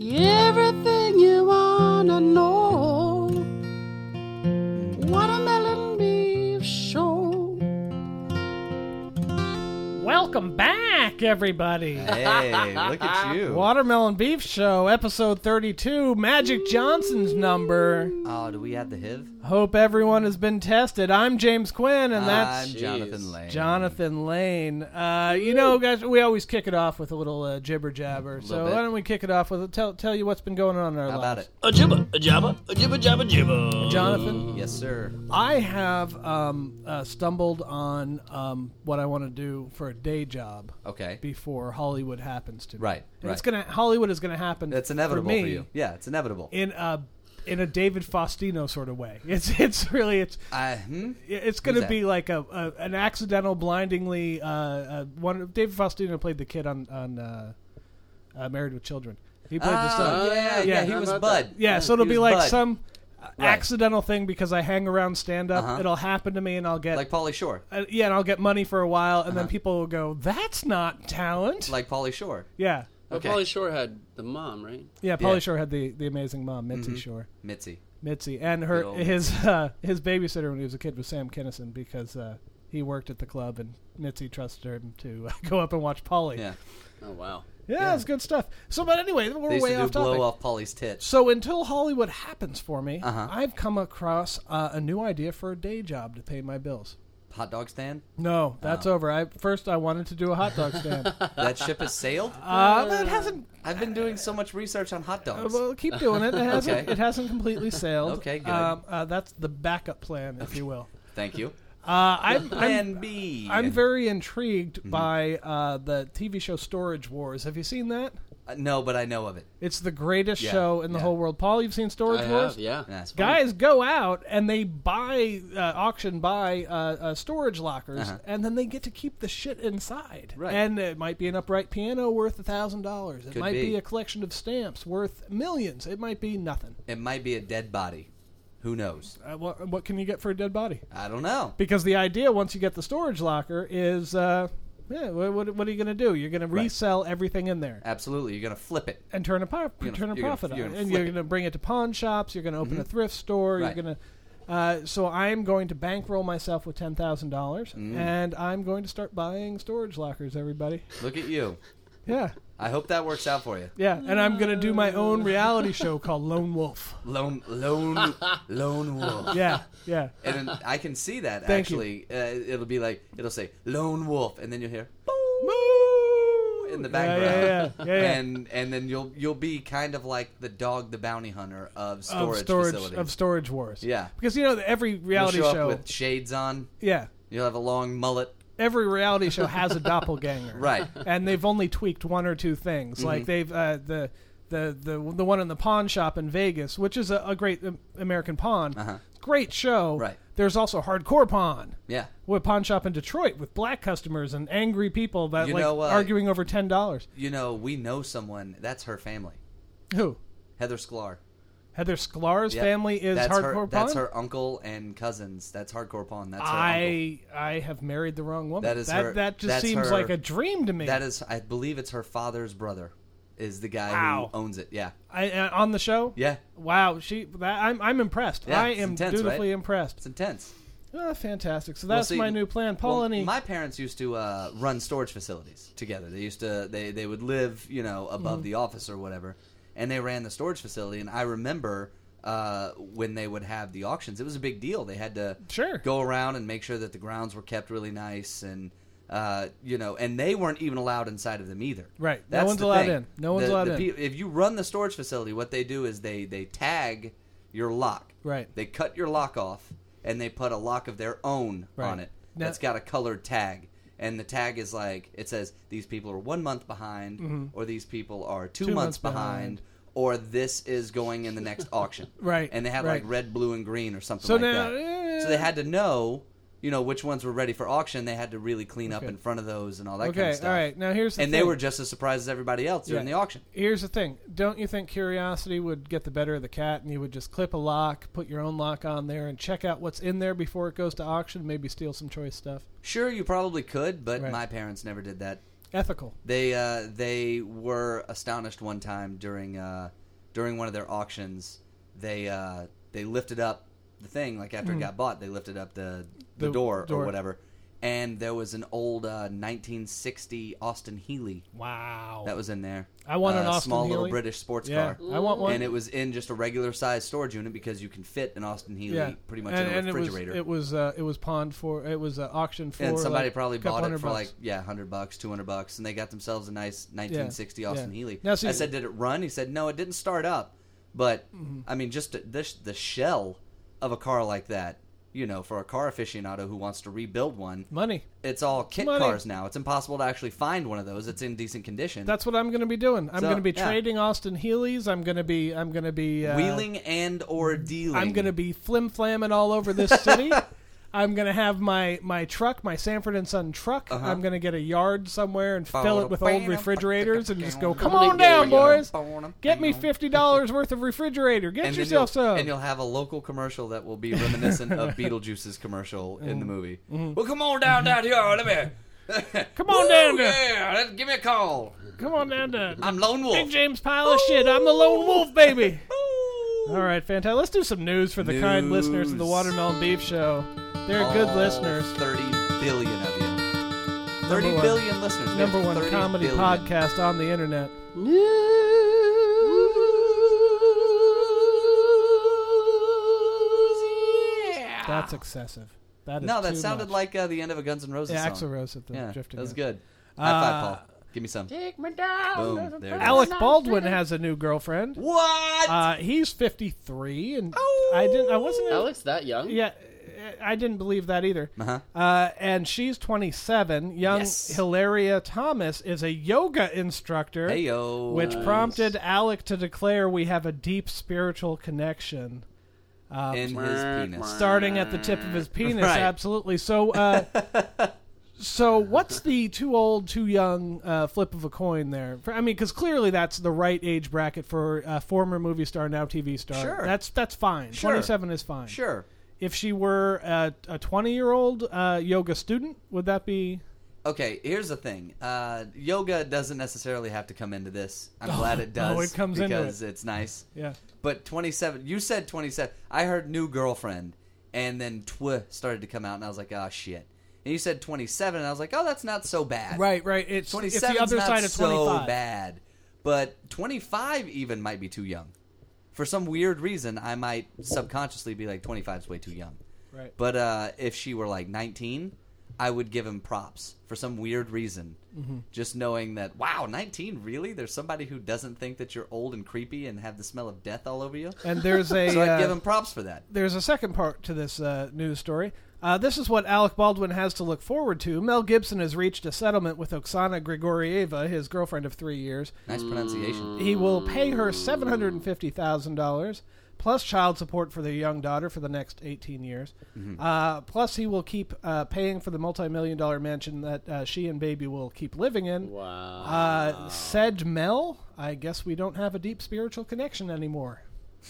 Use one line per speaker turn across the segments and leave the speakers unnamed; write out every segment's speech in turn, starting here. Everything you wanna know. Watermelon Beef Show.
Welcome back, everybody.
Hey, look at you.
Watermelon Beef Show, episode 32, Magic Johnson's number.
Oh, do we have the HIV?
Hope everyone has been tested. I'm James Quinn, and that's
I'm Jonathan Lane.
Jonathan Lane. Uh, you know, guys, we always kick it off with a little uh, jibber jabber. So
bit.
why don't we kick it off with a tell, tell you what's been going on in our
How
lives.
about it?
A jibba, a jabba, a jibba jabba jibba.
Jonathan,
Yes, sir.
I have um, uh, stumbled on um, what I want to do for a day job
Okay.
before Hollywood happens to me.
Right,
And It's
right.
gonna Hollywood is gonna happen.
It's inevitable
for,
for,
me
you. Yeah, it's inevitable.
in a in a David Faustino sort of way. It's it's really it's
I, hmm?
it's going to
that?
be like a, a an accidental, blindingly. Uh, uh, one David Faustino played the kid on on uh, uh, Married with Children. He played the son.
Oh, yeah, yeah,
Yeah,
He
how
was
about
Bud.
Yeah, so it'll
He
be
was
like
Bud.
some uh, accidental thing because I hang around stand up.
Uh-huh.
It'll happen to me, and I'll get
Like Polly Shore.
uh, yeah, and I'll get money for a while, and then people will go, "That's not talent."
Like Polly Shore.
yeah,
Well,
Okay.
Polly Shore had the mom, right?
yeah. Polly
Yeah.
Shore had the the amazing mom, Mitzi Shore.
Mitzi.
Mitzi and
Good
her
old-
his uh, his babysitter when he was a kid was Sam Kinison because uh, he worked at the club and Mitzi trusted him to uh, go up and watch Polly.
Yeah.
Oh wow.
Yeah, it's good stuff. So, but anyway, we're
They used
way
to do
off
blow
topic.
off Polly's tit.
So until Hollywood happens for me,
Uh-huh.
I've come across uh, a new idea for a day job to pay my bills.
Hot dog stand?
No, that's
Oh.
over. I first I wanted to do a hot dog stand. uh,
That ship has sailed?
but it hasn't.
I've been doing so much research on hot
Uh,
dogs.
well, keep doing it. It hasn't.
Okay.
It hasn't completely sailed.
Okay, good.
Um, uh, that's the backup plan, if you will.
Thank you.
Uh, I'm, I'm
Plan B. Mm-hmm.
I'm very intrigued by uh, the TV show Storage Wars. Have you seen that?
Uh, no, but I know of it.
It's the greatest
Yeah,
show in the
yeah.
whole world. Paul, you've seen Storage
I
Wars?
have, yeah.
That's fine.
Guys go out and they buy, uh, auction buy uh, uh, storage lockers, and then they get to keep the shit inside.
Uh-huh. Right.
And it might be an upright piano worth a thousand dollars. It
Could
might be.
be.
a collection of stamps worth millions. It might be nothing.
It might be a dead body. Who knows?
Uh, what, what can you get for a dead body?
I don't know.
because the idea once you get the storage locker is uh, yeah, what, what, what are you going to do? You're going to resell everything in there
Absolutely. You're going to flip it.
and turn a pro-
gonna-
turn a
you're gonna-
profit
you're
on it,
gonna
and
flip
you're
it. Mm-hmm.
going to bring it to pawn shops. You're going to open a thrift store.
Right.
You're going to uh, so I'm going to bankroll myself with ten thousand dollars,
Mm.
and I'm going to start buying storage lockers. Everybody,
Look at you.
yeah,
I hope that works out for you.
yeah, and I'm going to do my own reality show called Lone Wolf.
Lone, lone, lone wolf.
Yeah, yeah.
And then I can see that
Thank you.
actually. Uh, it'll be like it'll say lone wolf, and then you'll hear
Moo!
in the
Yeah,
background.
yeah, yeah, yeah, yeah.
And and then you'll you'll be kind of like the dog, the bounty hunter of storage,
of storage
facilities.
of storage wars.
Yeah.
because you know that every
you'll
reality
show
show,
up with shades on.
yeah,
You'll have a long mullet.
every reality show has a doppelganger,
Right. Mm-hmm.
And they've only tweaked one or two things, like they've uh, the. The, the the one in the pawn shop in Vegas, which is a, a great um, American Pawn,
Uh-huh.
great show.
Right.
There's also Hardcore Pawn,
Yeah.
with pawn shop in Detroit with black customers and angry people that
You
like
know, uh,
arguing over ten dollars.
You know, we know someone. That's her family.
Who?
Heather Sklar.
Heather Sklar's
Yeah.
family is
that's
Hardcore
her,
Pawn.
That's her uncle and cousins. That's hardcore pawn. That's her uncle.
I I have married the wrong woman.
That is
that,
her-
that just
that's
seems
her-
like a dream to me.
That is, I believe it's her father's brother, is the guy
Wow.
who owns it. Yeah,
I, uh, on the show.
yeah,
Wow, she. That, I'm I'm impressed.
Yeah,
I
it's
am
intense,
dutifully
right?
impressed.
it's intense.
Ah, fantastic. So that's
Well, see,
my new plan, Paul.
well,
any
My parents used to uh, run storage facilities together. They used to, they they would live, you know,
Mm-hmm.
above the office or whatever, and they ran the storage facility. And I remember. Uh, when they would have the auctions, it was a big deal. They had to
Sure.
go around and make sure that the grounds were kept really nice, and uh, you know, and they weren't even allowed inside of them either.
Right. No
That's
one's
the
allowed
thing.
in. No one's
The-
allowed
the
in.
pe- if you run the storage facility, what they do is they they tag your lock.
Right.
They cut your lock off and they put a lock of their own
Right.
on it.
Now-
that's got a colored tag. And the tag is like it says these people are one month behind,
Mm-hmm.
or these people are two, months, behind, or this is going in the next auction.
Right,
And they had
right.
like red, blue, and green or something
So
like
now-
that. so they had to know, you know, which ones were ready for auction. They had to really clean up
Okay.
in front of those and all that
okay,
kind of stuff
all right. Now here's the
and
thing.
they were just as surprised as everybody else during
Yeah.
the auction.
Here's the thing. Don't you think curiosity would get the better of the cat, and you would just clip a lock, put your own lock on there, and check out what's in there before it goes to auction? Maybe steal some choice stuff.
Sure, you probably could, but
Right.
my parents never did that.
Ethical.
They uh, they were astonished one time during uh, during one of their auctions. They uh, they lifted up the thing like after it got bought. They lifted up the the,
Hmm. The
door, or
door.
whatever, and there was an old uh, 1960 Austin Healey
Wow.
that was in there.
I want an
Uh,
Austin
small little
Healey.
British sports
yeah,
car.
I want one.
And it was in just a regular sized storage unit because you can fit an Austin Healey
yeah,
pretty much
and,
in
and
a refrigerator.
It was it was, uh, it was pawned for it was uh, auctioned for
and somebody
like,
probably
a couple
bought it
hundred
for
bucks.
like yeah, hundred bucks, two hundred bucks, and they got themselves a nice 1960
Yeah,
Austin
yeah.
Healey.
Now, see-
I said, did it run? He said, no, it didn't start up. But
Mm-hmm.
I mean, just this the shell of a car like that, you know, for a car aficionado who wants to rebuild one,
money.
it's all kit
Money.
cars now. It's impossible to actually find one of those. It's in decent condition.
That's what I'm going to be doing. I'm
So,
going to be
yeah.
trading Austin Healy's. I'm going to be I'm going to be uh,
wheeling and or dealing.
I'm going to be flim flamming all over this city. I'm going to have my, my truck, my Sanford and Son truck.
Uh-huh.
I'm going to get a yard somewhere and fill it with old refrigerators and just go, come on down, boys. Get me $50 worth of refrigerator. Get
and then
yourself
you'll,
some.
And you'll have a local commercial that will be reminiscent of Beetlejuice's commercial in
Mm-hmm.
the movie. Well, come on down down here. Let me.
Come on down to-
Yeah, let- give me a call.
come on down to
I'm Lone Wolf.
Big James pile of shit. I'm the lone wolf, baby. All right, fantastic. Let's do some news for the kind
News. Oh,
listeners of the Watermelon Beef Show. They're good
All
listeners.
Thirty billion of you. Thirty
one-
billion listeners. We have
Number one
30
comedy
billion.
podcast on the internet.
News, yeah.
That's excessive. That is
Ah. No, that
too
sounded
much.
like uh, the end of a Guns N' Roses
Yeah,
song.
Axl Rose at the
yeah,
drifting.
that was
Rose.
good. High five,
Uh,
Paul. Give me some.
Take me down.
Boom,
to the
there it is.
Alec
first
Baldwin
night.
has a new girlfriend.
What?
Uh, he's 53, and
Oh.
I didn't. I wasn't.
Alex that young?
Yeah, I didn't believe that either.
Uh-huh.
Uh, and she's 27. Young
Yes.
Hilaria Thomas is a yoga instructor,
Heyo.
which prompted Alec to declare we have a deep spiritual connection.
in his penis.
starting at the tip of his penis.
Right.
Absolutely. So, uh, so what's the too old, too young uh, flip of a coin there? For- I mean, because clearly that's the right age bracket for a former movie star, now TV star.
Sure.
That's that's fine.
Sure.
Twenty-seven is fine.
Sure.
If she were a, a twenty-year-old uh, yoga student, would that be?
Okay, here's the thing. Uh, yoga doesn't necessarily have to come into this. I'm glad it does.
no, Oh, it comes into
because it's nice.
Yeah.
But 27, you said 27. I heard new girlfriend, and then tw started to come out, and I was like, oh shit. And you said 27, and I was like, oh, that's not so bad.
Right. Right. It's, it's
27
the other
not
side of twenty-five.
so bad, but 25 even might be too young. For some weird reason, I might subconsciously be like 25 is way too young.
Right.
But uh, if she were like 19, I would give him props for some weird reason.
Mm-hmm.
Just knowing that, wow, 19, really? There's somebody who doesn't think that you're old and creepy and have the smell of death all over you?
And there's a.
So I'd
uh,
give him props for that.
there's a second part to this uh, news story. Uh, this is what Alec Baldwin has to look forward to. Mel Gibson has reached a settlement with Oksana Grigorieva, his girlfriend of three years.
Nice pronunciation.
He will pay her seven hundred and fifty thousand dollars plus child support for their young daughter for the next eighteen years.
Mm-hmm.
Uh, plus, he will keep uh, paying for the multi-million dollar mansion that uh, she and baby will keep living in.
Wow.
Uh, said Mel, I guess we don't have a deep spiritual connection anymore.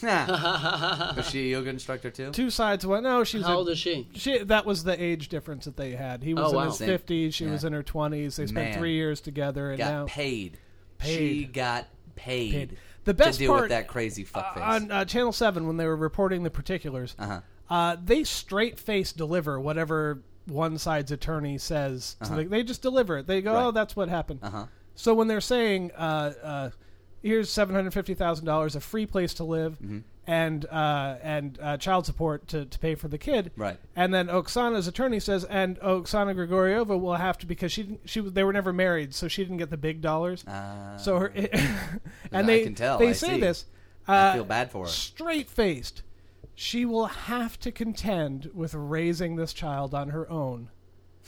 Nah. Was she a yoga instructor too?
Two sides. One, no, she's
How
a,
old is she?
She, that was the age difference that they had. He was
Oh,
in
wow.
his
Same.
fifties. She
Yeah.
was in her twenties. They spent
Man.
three years together, and
got
now
paid. She
Paid.
got paid.
Paid. The best
to deal
part-
with that crazy fuckface.
on uh, Channel Seven, when they were reporting the particulars,
Uh-huh.
uh, they straight face deliver whatever one side's attorney says. So they, they just deliver it. They go, "Oh, that's what happened."
Uh-huh.
So when they're saying, uh, uh, "Here's seven hundred fifty thousand dollars, a free place to live."
Mm-hmm.
And uh, and uh, child support to, to pay for the kid,
Right.
And then Oksana's attorney says, and Oksana Grigorieva will have to because she didn't, she was- they were never married, so she didn't get the big dollars.
Ah.
so her, and
I
they
can tell,
they
I
say
see.
this. Uh,
I feel bad for her.
straight faced, she will have to contend with raising this child on her own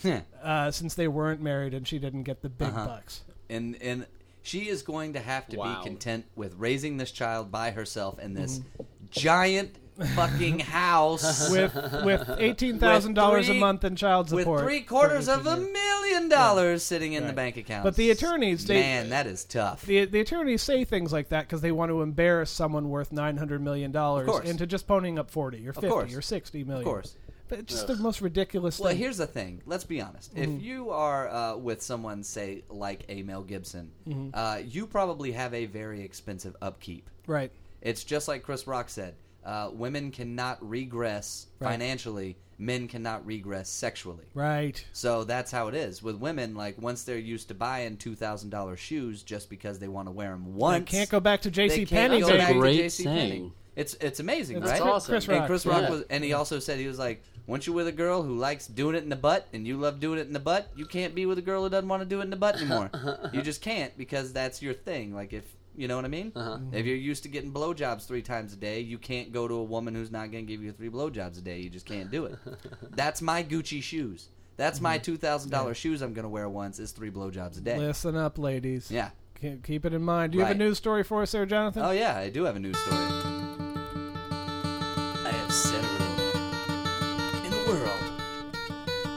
Heh.
uh, since they weren't married and she didn't get the big
Uh-huh.
bucks.
and and she is going to have to
Wow.
be content with raising this child by herself in this
Mm-hmm.
giant fucking house
With with eighteen thousand dollars a
three-
month in child
with
support,
three quarters
for
of
18
a
years.
million dollars sitting in the
Right.
bank account.
But the attorneys, they-
man, that is tough.
The, the attorneys say things like that because they want to embarrass someone worth nine hundred million dollars
course.
into just ponying up forty or fifty
course.
or sixty million.
of course,
But it's just the most ridiculous
Well,
thing.
here's the thing. Let's be honest.
Mm-hmm.
If you are uh, with someone, say like a Mel Gibson,
Mm-hmm.
uh, you probably have a very expensive upkeep.
right.
It's just like Chris Rock said: uh, women cannot regress
Right.
financially, men cannot regress sexually.
Right.
So that's how it is with women. Like once they're used to buying two thousand dollars shoes just because they want to wear them
I
once,
can't go back to
They
J.C.
can't
Penney.
go
That's a
back to
great
JCPenney.
saying.
It's it's amazing,
That's
right?
Chris-
awesome.
Chris
And
Rock.
And Chris Rock
Yeah.
was, and he also said he was like, once you're with a girl who likes doing it in the butt, and you love doing it in the butt, you can't be with a girl who doesn't want to do it in the butt anymore.
Uh-huh,
you just can't because that's your thing. Like if you know what I mean.
Uh-huh.
Mm-hmm. If you're used to getting blowjobs three times a day, you can't go to a woman who's not going to give you three blowjobs a day. You just can't do it. that's my Gucci shoes. That's
Mm-hmm.
my two thousand dollars shoes I'm going to wear once is three blowjobs a day.
Listen up, ladies.
Yeah.
Ke- Keep it in mind. Do you have a
Right.
news story for us there, Jonathan?
Oh yeah, I do have a news story. I have said a little in the world.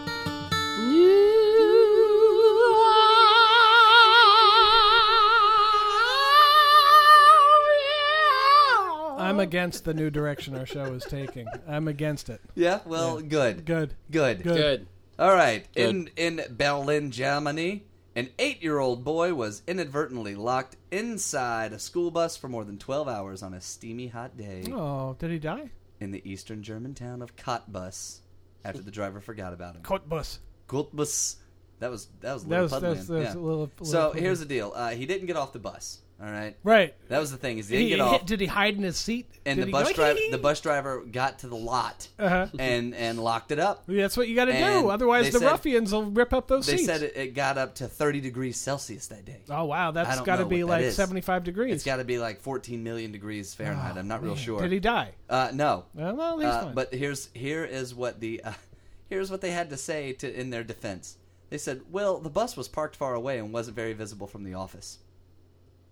I'm against the new direction our show is taking. I'm against it.
Yeah, well, good.
Good. Good.
Good.
Good.
All right. In in Berlin, Germany, an 8-year-old boy was inadvertently locked inside a school bus for more than 12 hours on a steamy hot day
Oh, did he die?
in the eastern German town of Cottbus after the driver forgot about him.
Coat bus.
Cottbus. That was that was a
That
little
was- that was-
Putland,
that was a
yeah.
little- a
So,
little Putland.
here's the deal. Uh, he didn't get off the bus, all right?
Right.
That was the thing. Is he didn't
He
get off.
hit- did he hide in his seat?
and
Did
the
he
bus
go,
driver the bus driver got to the lot
Uh-huh.
and and locked it up.
That's what you got to
And
do. Otherwise,
they
the
said-
ruffians will rip up those
They
seats.
said it, it got up to 30 degrees Celsius that day.
oh wow,
I
that's
don't
got to
know
be
what that
like
is.
75 degrees.
It's got to be like 14 million degrees Fahrenheit. I'm not real sure.
Oh, Did he die?
Uh, no.
Well, well, he's
Uh,
fine.
but here's here is what the uh, here's what they had to say to in their defense. They said, "Well, the bus was parked far away and wasn't very visible from the office,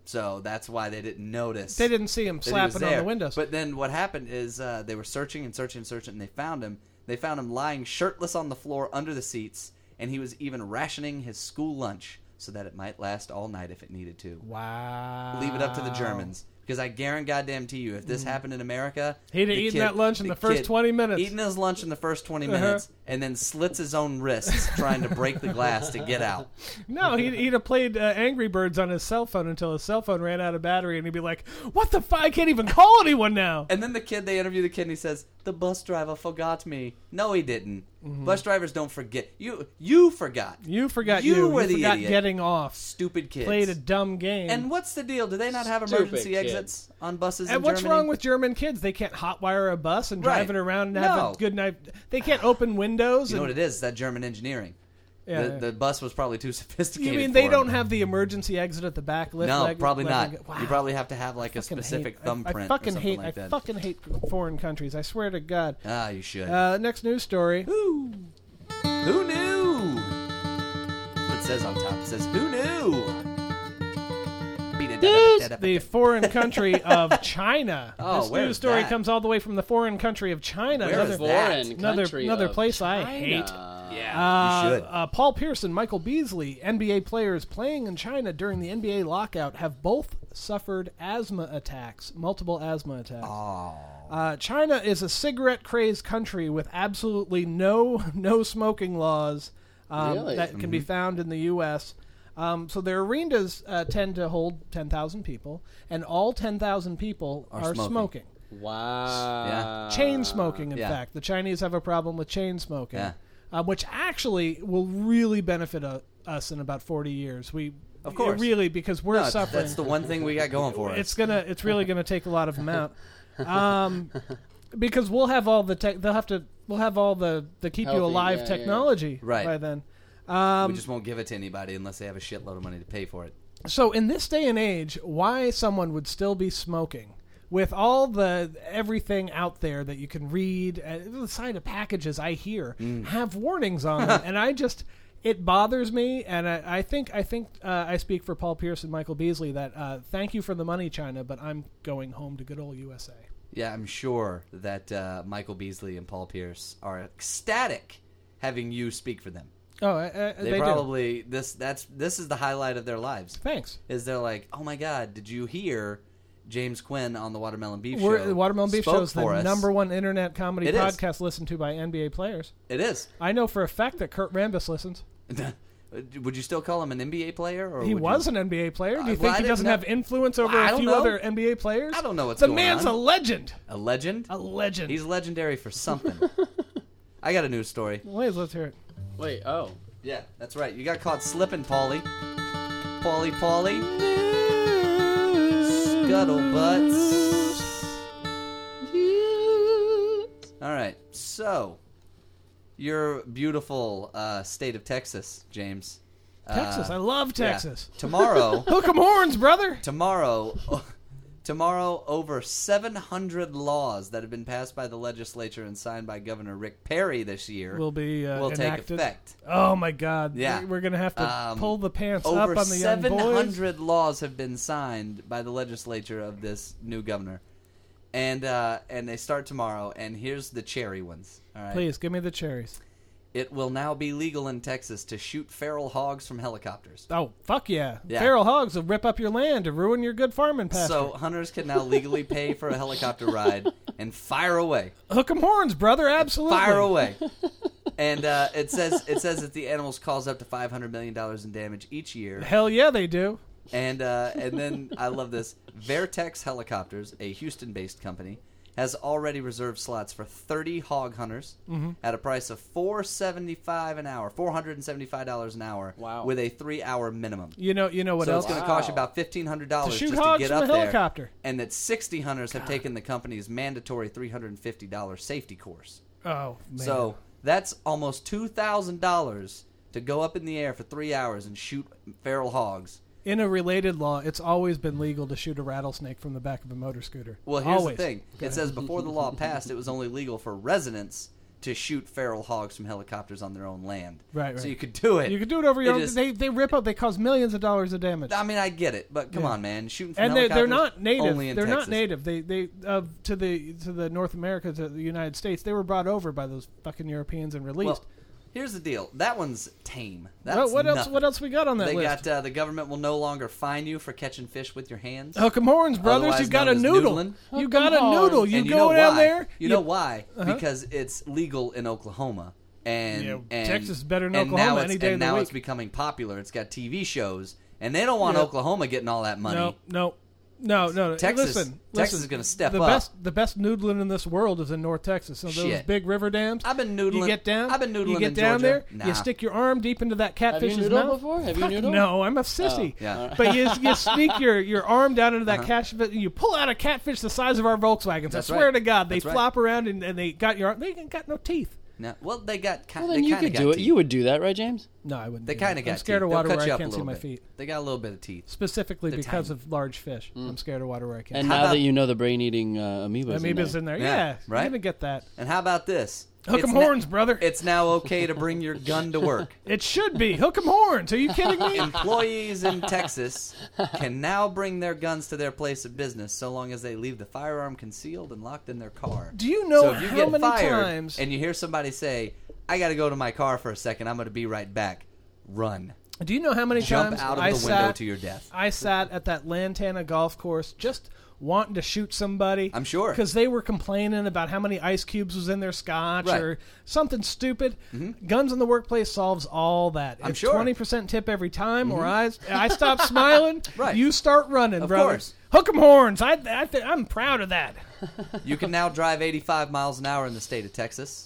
so that's why they didn't notice."
they didn't see him
that he was
slapping on the
there.
windows.
But then what happened is uh, they were searching and searching and searching, and they found him. They found him lying shirtless on the floor under the seats, and he was even rationing his school lunch so that it might last all night if it needed to.
wow. Mm.
Leave it up to the Germans. Because I guarantee goddamn to you, if this happened in America,
He'd have
the
eaten that lunch in the first 20 minutes. Uh-huh.
Eating his lunch in the first 20 minutes, and then slits his own wrists trying to break the glass to get out.
No, he'd, he'd have played uh, Angry Birds on his cell phone until his cell phone ran out of battery, and he'd be like, "What the fuck? I can't even call anyone now."
And then the kid, they interview the kid, and he says, "The bus driver forgot me." No, he didn't. Bus drivers don't forget. You, you forgot.
Mm-hmm. You forgot you.
You were the
forgot
idiot.
getting off.
Stupid kids.
Played a dumb game.
and what's the deal? Do they not have
Stupid
emergency
kids.
exits on buses? in
And what's
Germany?
wrong with German kids? They can't hotwire a bus and drive it
Right.
around and
No.
have a good night. They can't open windows.
You know
and,
what it is? That German engineering.
Yeah,
the,
yeah.
the bus was probably too
you
sophisticated.
mean they
for
don't
him.
have the emergency exit at the back? Lift
No,
leg-
probably
leg-
not.
Wow.
You probably have to have like a
Fucking hate-
specific
I-
thumbprint.
I,
or
fucking
something
hate.
Like
I
that.
fucking hate foreign countries. I swear to God.
Ah, you should.
Uh, next news story.
Who knew? That's what it says on top. It says, "Who knew?"
the foreign country of China.
Oh,
this
where's
news story
that?
comes all the way from the foreign country of China.
Where
another
is that?
Foreign
another,
country
another
of
place I
China.
hate.
yeah, you
Uh,
should.
uh, Paul Pierce and Michael Beasley, NBA players playing in China during the NBA lockout, have both suffered asthma attacks, multiple asthma attacks. Uh, China is a cigarette-crazed country with absolutely no no smoking laws um,
Really?
that can
Mm-hmm.
be found in the U.S. Um, so their arenas uh, tend to hold ten thousand people, and all ten thousand people are,
smoking.
smoking.
Wow.
Yeah.
chain smoking. In
Uh, yeah.
fact, the Chinese have a problem with chain smoking,
Yeah.
um, which actually will really benefit uh, us in about forty years. We,
Of course.
really, because we're
No, it's-
suffering.
That's the one thing we got going for us.
it's gonna, it's really gonna take a lot of them out, um, because we'll have all the tech. They'll have to, we'll have all the the keep
Healthy,
you alive
yeah, yeah, yeah.
technology
Right.
by then. um,
we just won't give it to anybody unless they have a shitload of money to pay for it.
So in this day and age, why someone would still be smoking with all the everything out there that you can read, uh, the side of packages I hear
Mm.
have warnings on them, and I just it bothers me, and I, I think I think uh, I speak for Paul Pierce and Michael Beasley that uh, thank you for the money, China, but I'm going home to good old USA.
Yeah, I'm sure that uh, Michael Beasley and Paul Pierce are ecstatic having you speak for them.
Oh, I, I, they,
They,
do.
probably this that's this is the highlight of their lives.
thanks.
Is they're like, oh my god, did you hear? James Quinn on the Watermelon Beef
We're,
Show.
the Watermelon Beef
spoke
Show is the
for us.
number one internet comedy
It is.
podcast listened to by NBA players.
It is.
I know for a fact that Kurt Rambis listens.
would you still call him an NBA player? Or
He
would
was
You,
an NBA player. Do you
Uh, well,
think
I
he
didn't
doesn't
know-
have influence over
I
a
don't
few
know.
other NBA players?
I don't know what's
The
going
man's
on.
a legend.
a legend.
A legend.
He's legendary for something. I got a news story.
Wait, let's hear it.
Wait, oh.
Yeah, that's right. You got caught slipping, Polly. Polly, Polly. Scuttlebutts. All right, so your beautiful uh, state of Texas, James.
Texas. I love
Uh, Yeah.
Texas.
Tomorrow,
Hook 'em horns, brother.
tomorrow, tomorrow, over 700 laws that have been passed by the legislature and signed by Governor Rick Perry this year
Will be uh,
will take
enacted.
effect.
Oh my God!
Yeah.
We- we're gonna have to
Um,
pull the pants up
Over
on the young boys.
700 laws have been signed by the legislature of this new governor, and uh, and they start tomorrow. And here's the cherry ones. All right,
Please give me the cherries.
it will now be legal in Texas to shoot feral hogs from helicopters.
Oh fuck yeah!
Yeah.
Feral hogs will rip up your land and ruin your good farming pasture.
So hunters can now legally pay for a helicopter ride and fire away,
Hook 'em horns, brother. Absolutely.
fire away. And uh, it says it says that the animals cause up to 500 million dollars in damage each year.
Hell yeah, they do.
And uh, and then I love this. Vertex Helicopters, a Houston-based company, has already reserved slots for 30 hog hunters
Mm-hmm.
at a price of 475 an hour, 475 dollars an hour,
Wow.
with a three-hour minimum.
You know. You know what
so
else?
it's going to
Wow.
cost you about fifteen hundred dollars
shoot
just to
hogs
get
from
up
a helicopter.
there. And that sixty hunters have taken the company's mandatory three hundred and fifty dollars safety course.
Oh man.
So that's almost two thousand dollars to go up in the air for three hours and shoot feral hogs.
In a related law, it's always been legal to shoot a rattlesnake from the back of a motor scooter.
Well, here's
always.
the thing: it says before the law passed, it was only legal for residents to shoot feral hogs from helicopters on their own land.
Right,
So
right.
you could do it.
You can do it over your
It
own.
just-
they they rip up. They cause millions of dollars of damage.
I mean, I get it, but come
Yeah.
on, man, shooting from
and they're, they're
helicopters
not native.
Only
They're
in
not
Texas.
native. They they uh, to the to the North America to the United States. They were brought over by those fucking Europeans and released.
Well, here's the deal. That one's tame. That's
Well, what else?
nothing.
What else we got on that
They
list?
got uh, the government will no longer fine you for catching fish with your hands.
Hook 'em horns, brothers.
Otherwise
You got a
known as
noodle.
noodling.
You
Hook 'em
got a
horns.
noodle. You
and you
go
know
down
why.
there.
You know why?
Uh-huh.
Because it's legal in Oklahoma. And,
Yeah,
and-
Texas is better than
and
Oklahoma
now it's-
any day
And
of the
now
week.
it's becoming popular. It's got TV shows, and they don't want
Yeah.
Oklahoma getting all that money.
No, no, no, no. no.
Texas-
listen,
Texas
listen,
is gonna step
the
up.
Best, the best noodling in this world is in North Texas. So those
Shit.
big river dams.
I've been noodling.
You get down.
I've been noodling
You get
in
down
Georgia.
there.
Nah.
You stick your arm deep into that
Have you
catfish's
noodled
mouth.
before? Have you
Fuck
noodled?
No, I'm a sissy.
Oh, Yeah. All right.
But you you sneak your, your arm down into that catfish. You pull out a catfish the size of our Volkswagens.
That's
I swear
right.
to God, they
That's right.
flop around and, and they got your arm. They ain't got no teeth.
No, well, they got kind.
Well, then
they
you
kinda
could
got
do it.
teeth.
You would do that, right, James?
No, I wouldn't.
They
kind
kind of
I'm
got.
scared
teeth.
of water
They'll cut
where
you
I
up a
can't see
little
my
bit.
feet.
They got a little bit of teeth.
Specifically
They're
because
tiny.
of large fish. I'm scared of water where I can't.
Mm. And
How
now
about-
that you know the brain-eating uh, amoebas, in
amoebas
there.
in there.
Yeah,
Yeah,
right?
You're gonna get that.
And how about this?
Hook 'em
It's na-
horns, brother.
It's now okay to bring your gun to work.
It should be hook 'em horns. Are you kidding me?
Employees in Texas can now bring their guns to their place of business so long as they leave the firearm concealed and locked in their car.
Do you know
so if you
how
get
many
fired
times?
and you hear somebody say, "I got to go to my car for a second. I'm going to be right back." Run.
Do you know how many
Jump
times
out of
I
the window
sat,
to your death.
I sat at that Lantana golf course just wanting to shoot somebody.
I'm sure.
because they were complaining about how many ice cubes was in their scotch
Right. Mm-hmm.
or something stupid. Guns in the workplace solves all that.
I'm
it's
sure. Mm-hmm.
Twenty percent tip every time, or I I stop smiling.
Right.
You start running,
Of
brother.
course.
Hook 'em horns. I, I th- I'm proud of that.
You can now drive 85 miles an hour in the state of Texas.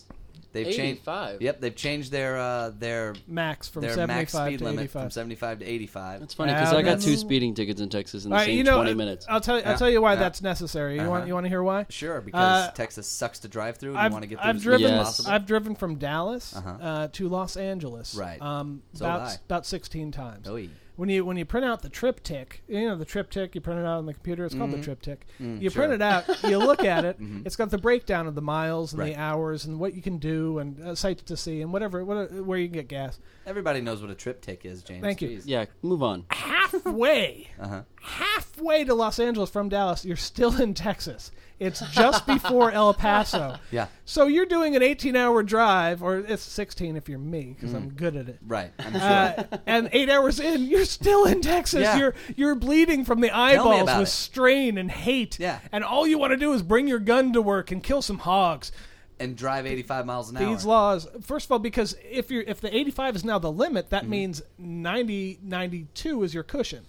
They've changed.
85?
Yep, they've changed their uh, their
Max from
their
75
max speed
to
limit
85.
from 75 to 85.
It's funny because I got
That's-
two speeding tickets in Texas in the
All right,
same
you know,
20
uh,
minutes.
I'll tell you,
Yeah,
I'll tell you why
yeah.
that's necessary. You want
Uh-huh.
you want to hear why?
Sure, because
Uh,
Texas sucks to drive through. and You
I've,
want to get through
I've
as
driven
quick as
Yes.
possible.
I've driven from Dallas uh
Uh-huh.
to Los Angeles,
Right.
Um,
So have
about
I.
about sixteen times.
Oy.
When you when you print out the triptych, you know the triptych. You print it out on the computer. It's called the triptych. you
Mm-hmm. Mm, sure. Mm-hmm.
print it out. You look at it. It's got the breakdown of the miles and
Right.
the hours and what you can do and uh, sights to see and whatever, what where you can get gas.
Everybody knows what a triptych is, James.
Thank you.
Jeez.
yeah, move on.
Halfway,
Uh-huh.
halfway to Los Angeles from Dallas, you're still in Texas. It's just before El Paso.
Yeah.
So you're doing an 18 hour drive, or it's 16 if you're me, because I'm good at it.
Right. I'm Mm. sure.
Uh, and eight hours in, you're still in Texas.
Yeah.
You're you're bleeding from the eyeballs
about
with
it.
strain and hate.
Yeah.
And all you want to do is bring your gun to work and kill some hogs.
and drive 85 miles an
These
hour.
laws, first of all, because if you're if the 85 is now the limit,
Mm-hmm.
that means 90 92 is your cushion.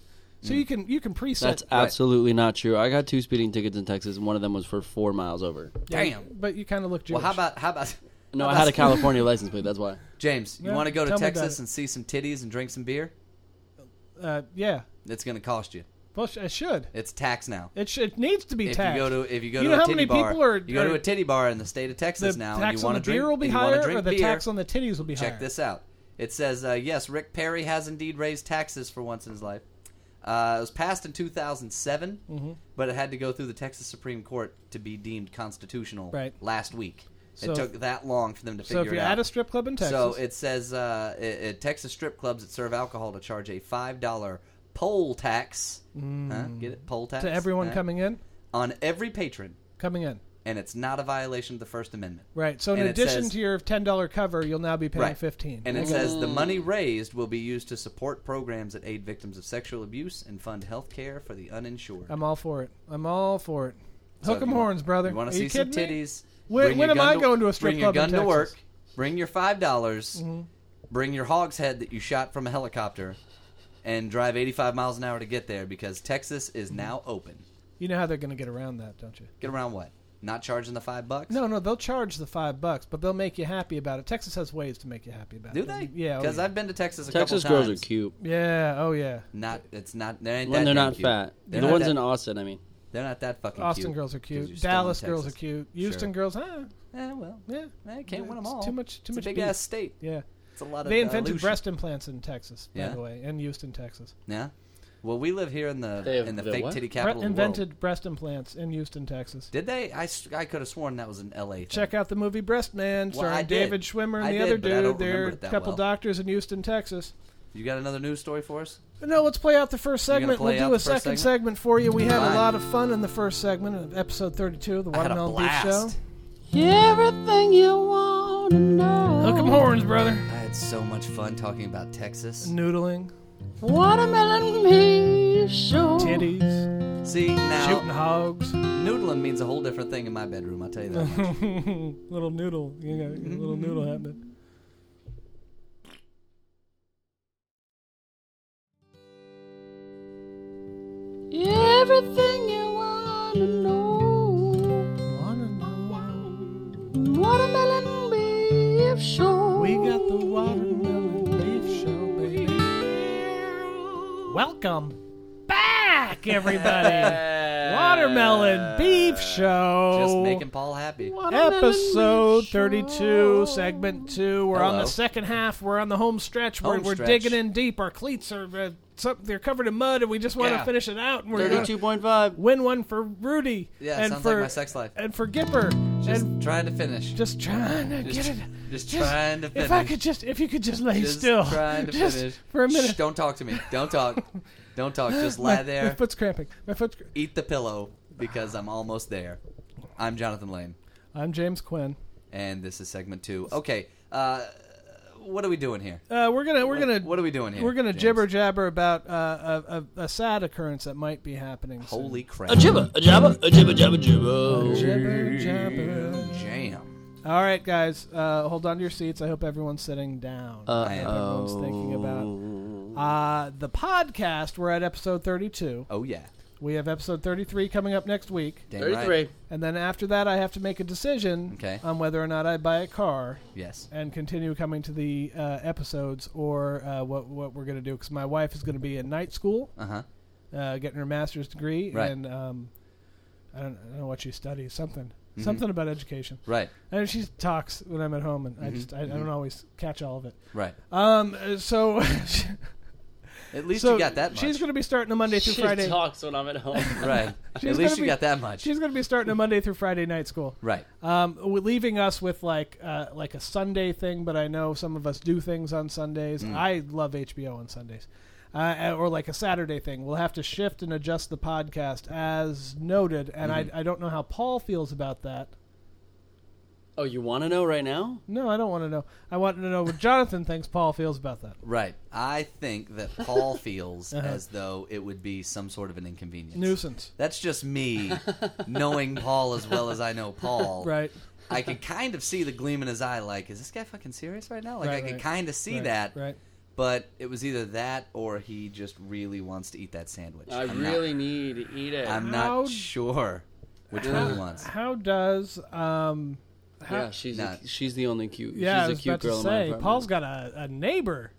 So
Mm.
you can you can preset.
That's absolutely not true. I got two speeding tickets in Texas, and one of them was for four miles over.
Damn.
But you kind of look Jewish.
Well, how about how about
No,
how
I had a
about-
California license plate. That's why.
James, you
Yeah,
want to go to
tell me about
Texas
it.
and see some titties and drink some beer?
Uh, yeah.
That's going to cost you.
Well, sh- it should.
It's tax now.
It, sh- it needs to be
If
taxed.
you go to if you go
You
to
know
a
how
titty
many
bar,
people are-
you go to
are-
a titty bar in the state of
the
Texas now, and
tax
you
on
want
the
to drink
beer will be
and you wanna
higher,
drink
or the
beer,
tax on the titties will be higher.
Check this out. It says, uh, yes, Rick Perry has indeed raised taxes for once in his life. Uh, it was passed in 2007,
Mm-hmm.
but it had to go through the Texas Supreme Court to be deemed constitutional
Right.
last week.
So-
it took that long for them to
So
figure
if you're
it out.
at a strip club in Texas,
So it says uh, at- at Texas strip clubs that serve alcohol to charge a five dollar poll tax. Huh? Get it? Poll tax
Mm. to everyone
Huh?
coming in,
on every patron,
coming in.
and it's not a violation of the First Amendment.
Right. So in
And it
addition
says-
to your ten dollar cover, you'll now be paying
Right.
fifteen.
And it says the money raised will be used to support programs that aid victims of sexual abuse and fund health care for the uninsured.
I'm all for it. I'm all for it.
So
Hook
if
'em
you wa-
horns, brother.
You want
Are
to see
you
some
kidding me?
titties?
When-
bring
when
your
am I
gun
going to a strip
bring your
club in
gun to work.
Texas? Mm-hmm.
Bring your five dollars. Bring your hog's head that you shot from a helicopter, and drive 85 miles an hour to get there because Texas is
Mm-hmm.
now open.
You know how they're going to get around that, don't you?
Get around what? Not charging the five bucks?
No, no, they'll charge the five bucks, but they'll make you happy about it. Texas has ways to make you happy about
Do
it.
they?
Yeah. oh,
Because
yeah.
I've been to Texas a
Texas
couple
girls
times.
are cute
Yeah. Oh yeah.
Not. It's not. They ain't
when
that
they're
damn
not
cute.
fat.
They're
the
not
ones
that-
in Austin, I mean.
They're not that fucking
Austin
cute.
girls are
'cause you're
cute.
still in
Dallas girls are
Texas.
cute. Houston
Sure.
girls, ah,
Eh, well,
yeah.
I can't win them
It's
all.
Too much. Too
it's
much.
a big
beef.
ass state.
Yeah.
It's a lot of
They invented
dilution.
breast implants in Texas, by
Yeah.
the way, in Houston, Texas.
Yeah. Well, we live here in the
They have
in the,
the
fake
what?
titty
Bre-
capital. of the
invented
world.
breast implants in Houston, Texas.
Did they? I, s- I could have sworn that was an L.A. thing.
Check out the movie Breast Man,
Well,
starring
I did.
David Schwimmer and
I
the
did,
other
but I don't
dude. There
remember
are a
it that
couple
well.
doctors in Houston, Texas.
You got another news story for us?
But no, let's play out the first
You're gonna
segment.
play
We'll
out
do
the
a
first
second
segment?
segment? for you. We had
Fine.
a lot of fun in the first segment of episode 32 of the
I had a
Watermelon Beef Show.
blast.
Everything you want to know.
Hook 'em horns, brother.
I had so much fun talking about Texas.
Noodling,
Watermelon beef show.
titties,
See
shooting
now,
hogs,
noodling means a whole different thing in my bedroom. I tell you that. much.
little noodle, you know, little noodle happening.
Everything you want to know.
Wanna know.
Watermelon beef show.
We got the watermelon beef show, baby. Welcome back, everybody. watermelon beef show.
Just making Paul happy.
Episode 32, segment 2. We're on
Hello.
the second half. We're on the home stretch. We're,
Home
we're
stretch.
digging in deep. Our cleats are uh, some, they're covered in mud, and we just want
Yeah.
to finish it out. And we're gonna
32.5.
win one for Rudy.
Yeah,
and
sounds
for,
like my sex life.
And for Gipper.
Just
and
trying to finish.
just trying to
Just-
get it.
just trying to
If I
finish.
could just, if you could just lay
just
still,
trying to
just
finish
for a
Shh,
minute.
don't talk to me. Don't talk. don't talk. Just
My-
lie
My
there.
foot's cramping. My foot's. Cr-
Eat the pillow because I'm almost there. I'm Jonathan Lane,
I'm James Quinn.
and this is segment two. Okay, uh, what are we doing here?
Uh, we're gonna we're gonna
What are we doing here?
we're gonna
James?
jibber jabber about uh, a, a, a sad occurrence that might be happening. soon.
Holy crap!
A jibba, a jabba, a jibba, jabba, jibba.
Jibber jabber.
Jam.
All right, guys, uh, hold on to your seats. I hope everyone's sitting down.
I am.
everyone's thinking about uh, the podcast. We're at episode 32.
Oh yeah.
We have episode 33 coming up next week,
Damn right.
33.
and then after that, I have to make a decision
Okay.
on whether or not I buy a car.
Yes.
and continue coming to the uh, episodes or uh, what what we're going to do because my wife is going to be in night school
Uh huh.
uh, getting her master's degree
Right.
and um, I, don't, I don't know what she studies something
Mm-hmm.
something about education
Right.
and she talks when I'm at home and I
Mm-hmm.
just I, I don't always catch all of it
Right.
um uh, so
At least
so
you got that much.
she's going to be starting a Monday through
She
Friday
talks when I'm at home.
right.
She's
At least
gonna
you
be-
got that much.
she's going to be starting a Monday through Friday night school
Right.
um, w- leaving us with like uh, like
Mm.
a Sunday thing. But I know some of us do things on Sundays. I love HBO on Sundays. uh, or like a Saturday thing. We'll have to shift and adjust the podcast as noted. And
Mm-hmm.
I, I don't know how Paul feels about that.
Oh, you want to know right now?
No, I don't want to know. I want to know what Jonathan thinks Paul feels about that.
Right. I think that Paul feels
Uh-huh.
as though it would be some sort of an inconvenience.
Nuisance.
That's just me knowing Paul as well as I know Paul.
Right.
I could kind of see the gleam in his eye like, is this guy fucking serious right now? Like,
Right,
I could
right.
kind of see
Right,
that.
right.
But it was either that or he just really wants to eat that sandwich.
I
I'm
really need to eat it.
Not, I'm
How-
not sure which one he wants.
How does um how,
yeah, she's a,
Not-
she's the only cute.
yeah, I
she's
was
a cute
about
girl
to
in my
say
apartment.
Paul's got a, a neighbor.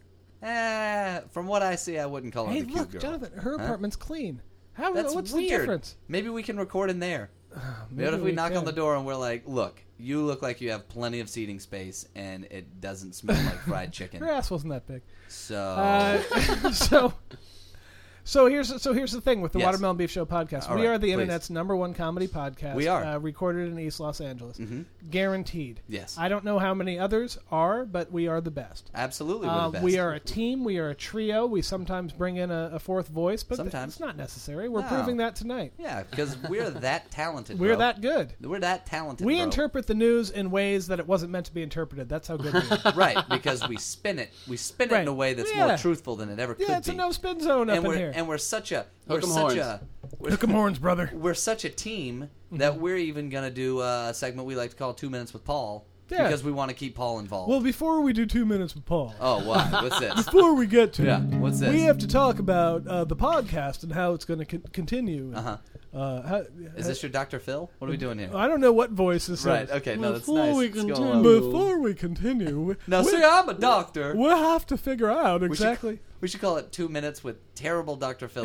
Eh, from what I see, I wouldn't call
hey,
her the cute
look,
girl.
Jonathan, her
Huh?
apartment's clean. How
That's
what's
weird.
the difference?
Maybe we can record in there. what
maybe
if we,
we
knock on
could.
the door and we're like, "Look, you look like you have plenty of seating space, and it doesn't smell like fried
Her
chicken."
ass wasn't that big.
So
Uh, so so here's so here's the thing with the
Yes.
Watermelon Beef Show podcast.
All
we
right,
are the
please.
internet's number one comedy podcast.
We are. Mm-hmm.
uh, recorded in East Los Angeles, guaranteed.
Yes.
I don't know how many others are, but we are the best.
absolutely, we're
Uh,
the best.
we are a team. We are a trio. We sometimes bring in a, a fourth voice, but th-
Sometimes.
it's not necessary. We're
No.
proving that tonight.
Yeah, because we're that talented.
We're
bro.
that good.
We're that talented.
We
bro.
interpret the news in ways that it wasn't meant to be interpreted. That's how good we are.
right because we spin it. We spin it
Right.
in a way that's
Yeah.
more truthful than it ever could
yeah, it's
be.
a no spin zone up
and
in
we're
here.
and we're such a we're
Hook 'em
such
horns.
a we're,
Hook 'em horns, brother.
we're such a team
Mm-hmm.
that we're even gonna do a segment we like to call Two Minutes with Paul
Yeah.
because we want to keep Paul involved.
Well, before we do two minutes with Paul,
oh, what? What's this?
before we get to
Yeah,
it,
what's this?
we have to talk about uh, the podcast and how it's going to con- continue. and,
Uh-huh.
Uh, how,
Is this your Dr. Phil? What are we doing here?
I don't know what voice this
Right.
is.
Okay. No, that's
Before
nice.
we
It's going
continue-
well.
But-
Before we continue, we-
Now,
we,
see, I'm a doctor.
we'll have to figure out
We should-
exactly.
We should call it two minutes with terrible Dr. Phil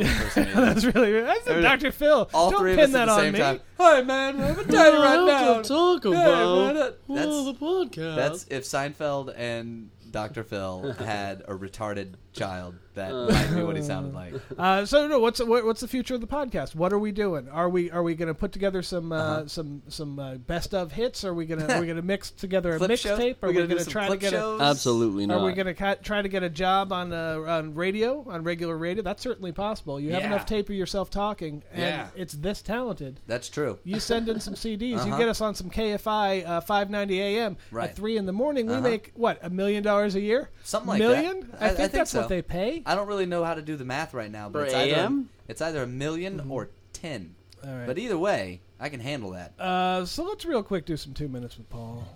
impersonators.
That's really that's a
Everybody-
Dr. Phil.
All
Don't
three of
pin
us
that
at the
on
same
me.
time. Hey, man, I'm a doctor right now.
to talk
man,
about
that-
all the
that's-
podcast.
That's if Seinfeld and Dr. Phil had a retarded child. That might be what he sounded like.
Uh, so no, what's what, what's the future of the podcast? What are we doing? Are we are we going to put together some uh,
Uh-huh.
some some uh, best of hits? Are we gonna are we gonna mix together a
Flip shows?
mixtape? Are
We're
we
gonna do
going to
some
try to
flip
get
shows?
absolutely
a
not.
are we going to ca- try to get a job on uh, on radio on regular radio? That's certainly possible. You have
Yeah.
enough tape of yourself talking, and
Yeah.
it's this talented.
That's true.
You send in some CDs. You
Uh-huh.
get us on some KFI uh, 590 AM
Right.
at three in the morning. We
Uh-huh.
make what a million dollars a year?
Something like
million?
that.
I,
I- I
think,
think
that's
so.
what they pay.
I don't really know how to do the math right now, but
For
it's, either,
AM?
it's either a 1000000 or 10.
Mm-hmm. All right.
But either way, I can handle that.
uh, so let's real quick do some two minutes with Paul.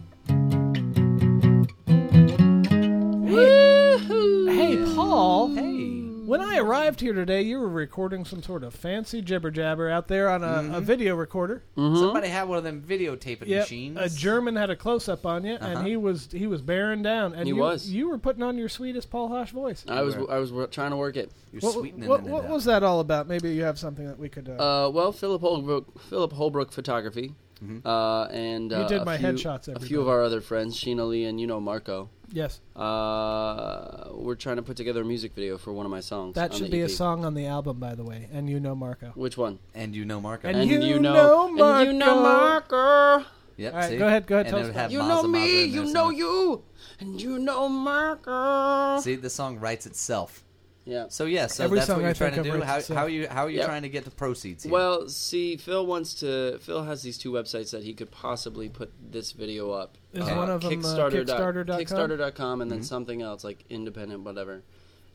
Hey, Paul.
Hey.
Mm-hmm.
When I arrived here today, you were recording some sort of fancy jibber jabber out there on a,
Mm-hmm.
a video recorder.
Somebody had one of them videotaping
Yep.
machines. Uh-huh.
A German had a close up on you, and he was he was bearing down. And
He
you,
was.
You were putting on your sweetest Paul Hosh voice.
I was I was wor- trying to work it.
You're
What,
Ah, sweetening
what,
it
what
up.
was that all about? Maybe you have something that we could. Uh,
Uh, well, Philip Holbrook, Philip Holbrook Photography,
Mm-hmm.
uh, and uh,
did
a
my
few,
headshots,
A few of
everybody.
our other friends, Sheena Lee and you know Marco,
yes,
uh, we're trying to put together a music video for one of my songs.
that
on
should
the
be a
EP.
song on the album, by the way. And you know Marco.
Which one?
And you know Marco.
And- you know
and you know
Marco.
Marco.
yep,
All right,
see?
go ahead, go ahead,
And
tell
it
us
would
about
have
You
Mazza
know
Mazza in
me,
there
you know
somewhere.
you, and you know Marco.
See, the song writes itself.
Yeah.
So yeah, so
Every
that's
song
what
I
you're trying to
think of
do.
writes
How,
itself.
how are you how are you
Yep.
trying to get the proceeds? Here?
Well, see, Phil wants to. Phil has these two websites that he could possibly put this video up.
Is one of 'em, uh,
dot-
Kickstarter.com?
Kickstarter.com,
Mm-hmm.
and then something else like independent, whatever.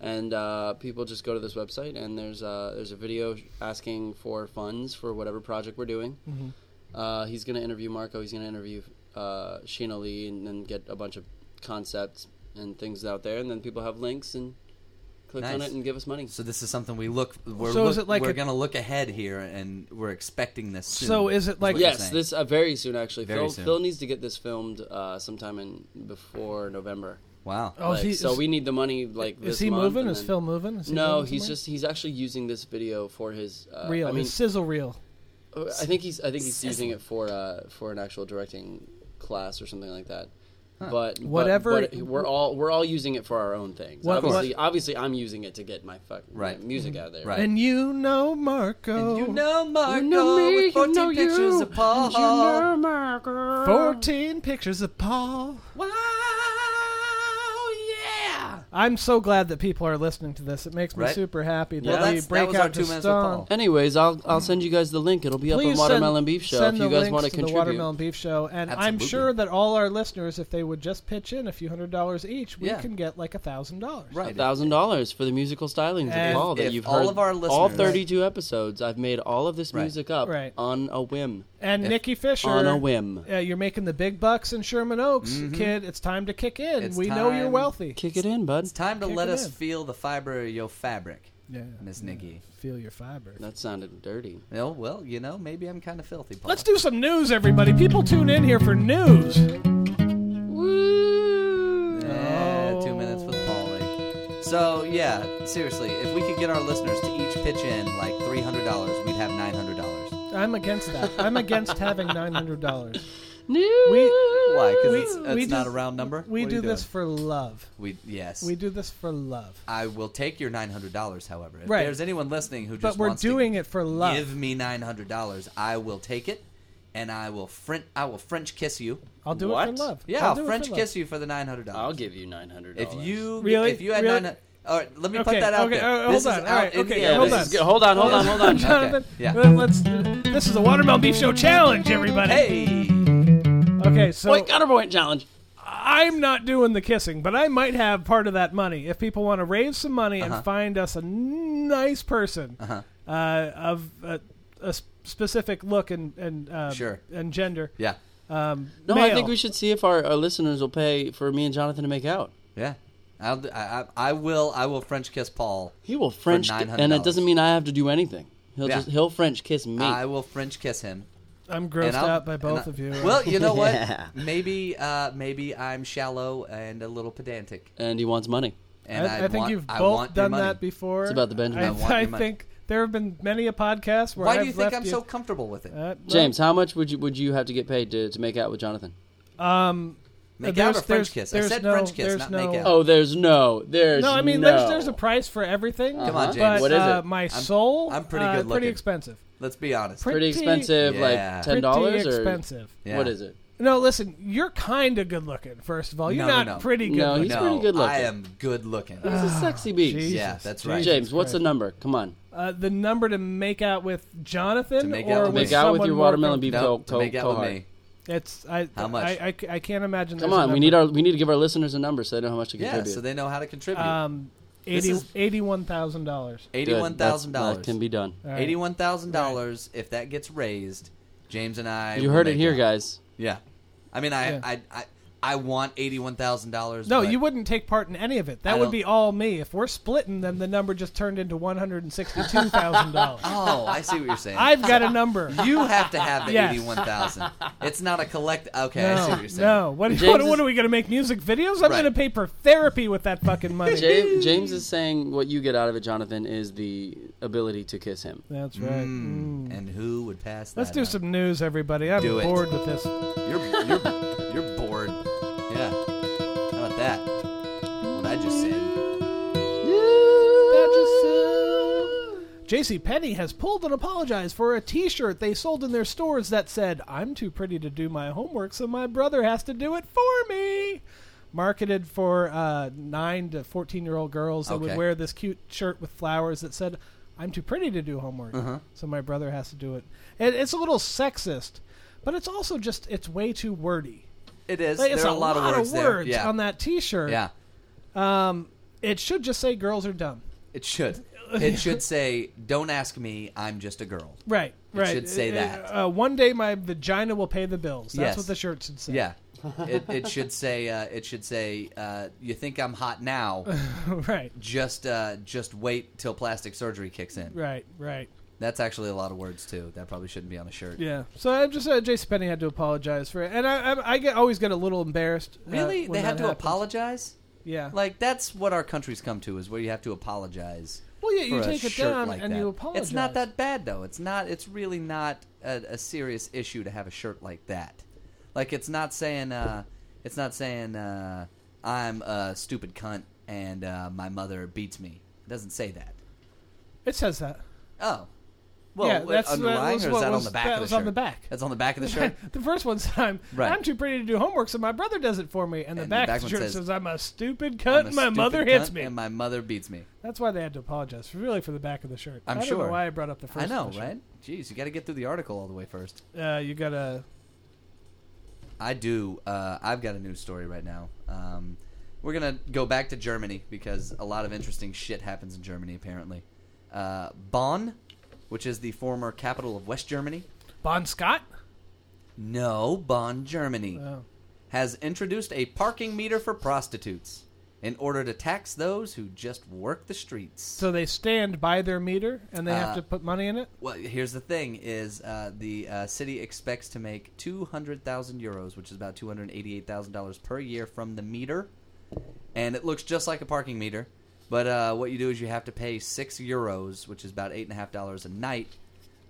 And uh, people just go to this website, and there's uh, there's a video asking for funds for whatever project we're doing.
Mm-hmm.
Uh, he's gonna interview Marco. He's gonna interview uh, Sheena Lee, and then get a bunch of concepts and things out there. And then people have links and click on
Nice.
it and give us money.
so this is something we look. We're
So is
look-
it like
we're
a-
gonna look ahead here, and we're expecting this. Soon,
So is it like-
what you're
Yes,
saying.
this uh, very soon actually.
Very
Phil,
soon.
Phil needs to get this filmed uh, sometime in before November.
Wow.
Oh,
Like,
is he-
so
is-
we need the money like this
Is he
month,
moving?
and
Is
then-
Phil moving? Is he
No,
going
he's
somewhere? Oh,
just he's actually using this video for his uh,
real.
I mean,
his sizzle reel.
uh, I think he's I think he's using it for uh, for an actual directing class or something like that. But but-
Whatever-
but we're all we're all using it for our own things.
What-
obviously, obviously, I'm using it to get my fuck
Right.
my music out there.
Right.
And you know Marco.
And you know Marco with 14 pictures of Paul.
Marco.
Fourteen pictures of Paul.
Wow, yeah.
I'm so glad that people are listening to this. It makes me
Right?
super happy
Well,
that we
that's- that
break
was our
out
two
to
minutes with Paul.
Stone.
Anyways, I'll I'll send you guys the link. It'll be up on
Please
Watermelon
send-
Beef Show
send
if you
the
guys want
links the
to contribute.
Watermelon Beef Show, and I'm
Absolutely.
sure that all our listeners, if they would just pitch in a few hundred dollars each, we
Yeah.
can get like a thousand dollars.
Right.
thousand dollars for the musical stylings
And
of Paul that
if
you've
all
heard.
of our
all
listeners-
thirty-two episodes, I've made all of this
Right.
music up
Right.
on a whim.
And Nikki Fisher,
On a whim.
uh, you're making the big bucks in Sherman Oaks, kid. It's time to kick in.
Mm-hmm. It's
we know you're
time.
wealthy.
Kick it in, bud.
It's time to
Kick
let
it
us
in.
feel the fiber of your fabric,
Yeah,
Miss Nikki.
feel your fiber.
That sounded dirty.
Oh well, you know, maybe I'm kind of filthy. Paul.
Let's do some news, everybody. People tune in here for news.
Yeah, two minutes with Paulie. So yeah, seriously, if we could get our listeners to each pitch in like three hundred dollars, we'd have nine hundred dollars.
I'm against that. I'm against having nine hundred dollars.
New
Why? Because
We-
it's, it's
we do-
not a round number.
We
What are
do
you
this
doing?
for love.
We yes.
We do this for love.
I will take your nine hundred dollars. However, if
Right.
there's anyone listening who just
But we're
wants to
doing it for love.
give me nine hundred dollars, I will take it, and I will French I will French kiss you.
I'll do it
What?
for love.
Yeah, I'll,
do it for
French
love.
kiss you for the nine hundred
I'll
dollars.
give you nine hundred.
If you
Really?
if you had
Really?
nine. All right, let me
Okay,
put that out
okay,
there.
uh, hold
this
on,
is
all
out
right,
in
okay,
the
yeah,
yeah,
air.
hold
this
on.
is good. hold on, hold on, hold on.
Jonathan,
yeah.
let- let's. This is the Watermelon Beef Show challenge, everybody.
Hey,
Okay, so
Point counterpoint challenge.
I'm not doing the kissing, but I might have part of that money if people want to raise some money
Uh-huh.
and find us a nice person uh, of uh, a s- specific look and and uh,
Sure.
and gender.
yeah,
Um,
No, I
male.
think we should see if our, our listeners will pay for me and Jonathan to make out.
yeah. I'll, do- I, I, I will. I will French kiss Paul.
He will French, ki-
$900.
and it doesn't mean I have to do anything. He'll
Yeah.
just he'll French kiss me.
I will French kiss him.
I'm grossed
and I'll-
out by
and
both
I-
of you.
Well, you know what?
Yeah.
Maybe, uh, maybe I'm shallow and a little pedantic,
and he wants money.
and I,
I, I think
want,
you've
I
both
want your
done
money.
that before.
It's about the Benjamin.
I,
I
want your
I
money.
think there have been many a podcast where
Why
I've
do you think
left
I'm so comfortable with it?
Uh,
James, how much would you would you have to get paid to, to make out with Jonathan?
Um,
Make
there's-
out or French
there's-
kiss? I
there's
said
no-
French kiss,
there's
not
no-
make out.
Oh, there's no, there's
no, I mean
no. Uh-huh.
there's there's a price for everything.
Come on, James.
But,
What is
uh,
it?
my soul.
I'm pretty
uh,
good
Pretty
looking.
expensive.
Let's be honest.
Pretty
pretty expensive,
Yeah.
like ten
Pretty
dollars or
expensive.
Yeah.
what is it?
No, listen. You're kind of good looking. First of all, you're
No,
not
no, no.
pretty good.
No,
looking.
he's
no,
pretty good
I
looking.
am good looking.
He's a sexy beast.
Jesus,
Yeah, that's right.
Jesus
James, what's the
Christ.
number? Come on,
uh, the number to make out with Jonathan
To make
or
out with
with
me.
make out with
someone
your
more
watermelon
com-
beef
no,
co-
to
co-
make out
cohort.
with me.
It's I.
How much?
I, I, I can't imagine.
Come
there's a
on, we
number.
need our we need to give our listeners a number so they know how much to
Yeah,
contribute.
so they know how to contribute.
um
This
80,
is-
eighty-one thousand dollars.
Good,
Eighty-one
that's-
thousand
That
dollars.
can be done.
Eighty-one thousand dollars. If that gets raised, James and I.
You
will
heard it
make
here,
out.
guys.
Yeah, I mean, I,
Yeah.
I, I, I want eighty-one thousand dollars.
No, you wouldn't take part in any of it. That
I
would
don't-
be all me. If we're splitting, then the number just turned into one hundred and sixty-two thousand dollars.
Oh, I see what you're saying.
I've got a number.
You have to have the
Yes.
eighty-one thousand. It's not a collect. Okay, I see
No,
what you're saying.
no. What,
James
what, what
is-
are we going to make music videos? I'm going
Right.
to pay for therapy with that fucking money.
James, James is saying what you get out of it, Jonathan, is the ability to kiss him.
That's right.
Mm. And who would pass?
Let's
that
do
on?
some news, everybody. I'm
Do it.
bored with this.
You're, you're, you're bored. Yeah. How about that? What I just said.
JC Penney has pulled and apologized for a T-shirt they sold in their stores that said, "I'm too pretty to do my homework, so my brother has to do it for me." Marketed for uh, nine to fourteen-year-old girls that would
Okay.
wear this cute shirt with flowers that said, "I'm too pretty to do homework,
Uh-huh.
so my brother has to do it." And it's a little sexist, but it's also just it's way too wordy.
It is.
Like, it's
there are a lot, of words, there.
words
yeah.
on that T-shirt.
Yeah.
It should just say, "Girls are dumb."
It should. It should say, "Don't ask me. I'm just a girl."
Right,
It
right.
should say
Uh,
that.
Uh, one day my vagina will pay the bills. That's
Yes.
what the shirt should say.
Yeah. It, it should say. Uh, it should say. Uh, you think I'm hot now?
right,
Just. Uh, just wait till plastic surgery kicks in.
right, right.
That's actually a lot of words too. That probably shouldn't be on a shirt.
Yeah. So I'm just uh, Jason Penny had to apologize for it, and I, I, I get always get a little embarrassed. uh,
Really?
when
they have
that
to
happens.
apologize?
Yeah.
Like that's what our country's come to is where you have to apologize.
well, yeah, you
for a
take it
shirt
down
like
and
that.
you apologize.
It's not that bad though. It's not. It's really not a, a serious issue to have a shirt like that. Like it's not saying. Uh, it's not saying uh, I'm a stupid cunt and uh, my mother beats me. It doesn't say that.
It says that.
Oh, Well,
yeah,
what-
that's
on the
that
line,
was
or is
what
that on
was-
the back
that
of the
was
shirt?
on the back.
That's on the back of the shirt.
the first one's I'm
Right.
I'm too pretty to do homework, so my brother does it for me. And the
And the
back,
back
of the
one
shirt
says,
says, "I'm a stupid
I'm a
cunt. my
stupid
mother hits
cunt
me."
and my mother beats me.
That's why they had to apologize, for- really, for the back of the shirt.
I'm
I don't
sure.
know why I brought up the first.
I know,
one, sure.
right? Jeez, you got to get through the article all the way first.
Uh, you got a
I do. Uh, I've got a news story right now. Um, we're gonna go back to Germany because a lot of interesting shit happens in Germany. Apparently, uh, Bonn, which is the former capital of West Germany,
Bon Scott.
no Bonn, Germany,
Oh.
has introduced a parking meter for prostitutes in order to tax those who just work the streets.
So they stand by their meter and they
Uh,
have to put money in it.
Well, here's the thing: is uh, the uh, city expects to make two hundred thousand euros, which is about two hundred eighty-eight thousand dollars per year from the meter, and it looks just like a parking meter. But uh, what you do is you have to pay six euros, which is about eight and a half dollars a night,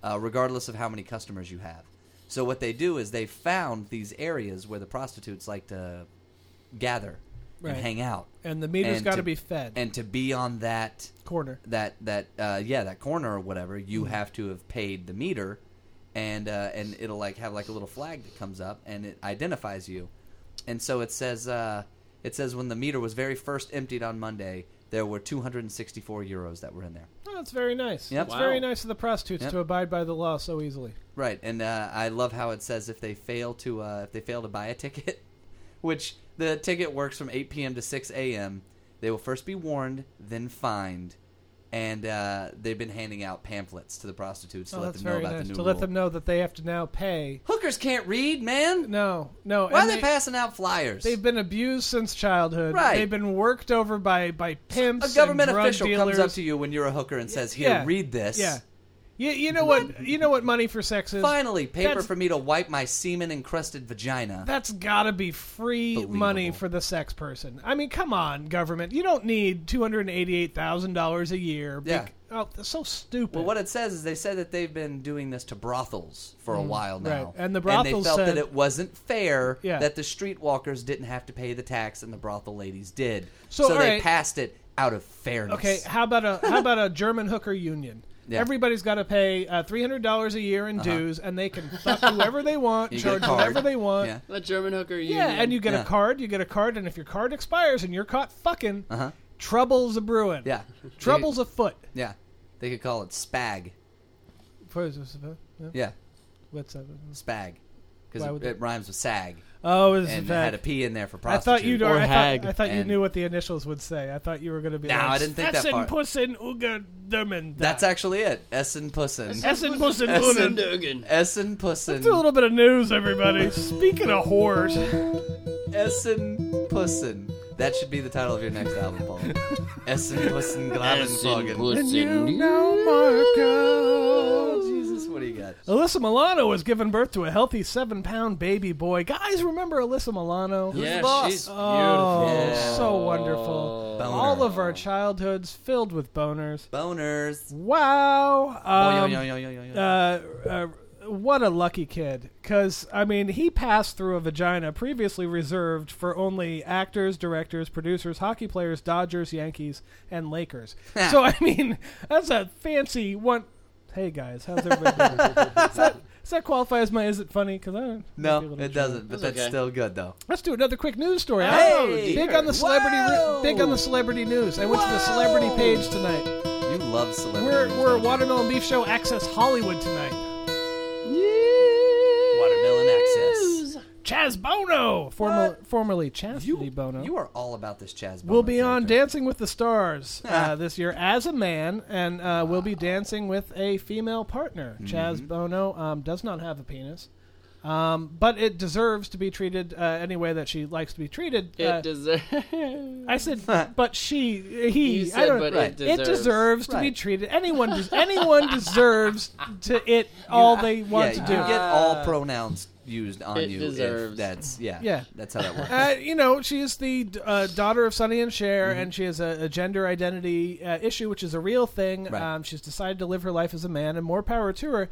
uh, regardless of how many customers you have. So what they do is they found these areas where the prostitutes like to gather
Right.
and hang out,
And the meter's
and
gotta
to-
be fed.
and to be on that
Corner.
that that uh, yeah that corner or whatever you have to have paid the meter and uh, and it'll like have like a little flag that comes up and it identifies you and so it says uh, it says when the meter was very first emptied on Monday there were 264 euros that were in there
Oh, that's very nice.
Yep.
It's
Wow.
very nice of the prostitutes
Yep.
to abide by the law so easily.
right and uh, I love how it says if they fail to uh, if they fail to buy a ticket which the ticket works from 8 p.m. to 6 a.m. they will first be warned then fined and uh, they've been handing out pamphlets to the prostitutes to
oh,
let
that's
them know
very
about
nice.
the new
To let
rule.
them know that they have to now pay.
Hookers can't read, man.
No, no.
Why
and
are they, passing out flyers?
They've been abused since childhood.
Right.
They've been worked over by by pimps.
a government
and drug
official
dealers.
comes up to you when you're a hooker and says, "Here,
Yeah.
read this."
Yeah. You, you know what? You know what money for sex is?
Finally, paper
That's-
for me to wipe my semen-encrusted vagina.
That's got to be free money
Believable.
for the sex person. I mean, come on, government. You don't need two hundred eighty-eight thousand dollars a year. bec-
Yeah.
oh, that's so stupid.
well, what it says is they said that they've been doing this to brothels for a while now,
Mm. right. And the
they
brothels
felt that
said-
it wasn't fair
Yeah.
that the streetwalkers didn't have to pay the tax and the brothel ladies did.
So, all
they
right.
passed it out of fairness.
Okay, how about a how about a German hooker union?
Yeah. Uh-huh.
Everybody's got to pay uh, three hundred dollars a year in dues, and they can fuck whoever they want,
You get a
charge
card.
whatever they want.
Yeah.
The German hooker union.
Yeah, and you get
Yeah.
a card. You get a card, and if your card expires and you're caught fucking,
Uh-huh.
trouble's a brewing.
Yeah.
trouble's afoot.
yeah. They could call it spag.
What's
Yeah,
that?
spag, because
Why would
it,
they-
it rhymes with sag.
Oh, it's a
and had a
fact.
P in there for
I
prostitute.
thought you
Or-
I thought,
hag.
I thought you
And-
knew what the initials would say. I thought you were going to be.
No,
like,
I didn't think that far.
Pussen Uger Dermen.
That's actually it. Essen Pussin.
Essen Pussen Uger.
Essen Duggan.
Essen
Let's do a
Pussin.
little bit of news, everybody. Speaking of whores,
Essen Pussin. That should be the title of your next album, Paul. Essen Pussin Grabenfoggen. Oh, Jesus, what do you got?
Alyssa Milano has given birth to a healthy seven-pound baby boy. Guys, remember Alyssa Milano?
Who's the
Yeah,
boss?
she's beautiful.
Oh,
Yeah.
so wonderful.
Boner.
All of our childhoods filled with boners.
Boners.
Wow.
Oh,
Um,
yo, yo, yo, yo, yo, yo.
uh, uh, what a lucky kid. Because, I mean, he passed through a vagina previously reserved for only actors, directors, producers, hockey players, Dodgers, Yankees, and Lakers. so, I mean, that's a fancy one. Hey, guys, how's everybody doing? does, that, does that qualify as my Is It Funny? Because I don't. might be a
no,
little
it
shy.
doesn't, but
That's
that's
okay.
still good, though.
Let's do another quick news story. Oh,
Hey!
big on the celebrity,
Whoa!
big on the celebrity news. I went to the celebrity page tonight.
You love celebrity.
We're
news,
we're
don't you?
Watermelon Beef Show Access Hollywood tonight.
Watermelon access.
Chaz Bono, former, formerly Chastity Bono,
You are all about this Chaz Bono
will be on
character.
Dancing with the Stars uh, this year as a man, and uh, will be dancing with a female partner.
Mm-hmm.
Chaz Bono um, does not have a penis. Um, but it deserves to be treated uh, any way that she likes to be treated.
It
uh,
deserves.
I said, but she, he.
You
I
said,
don't,
but
right.
it
it
deserves.
deserves to be
Right.
treated. Anyone, des- anyone deserves to it all they want
yeah,
to do.
You get all pronouns used on
It
you. if
deserves.
That's yeah.
Yeah.
That's how that works.
Uh, you know, she is the uh, daughter of Sonny and Cher, and she has a, a gender identity uh, issue, which is a real thing.
Right.
Um, she's decided to live her life as a man, and more power to her.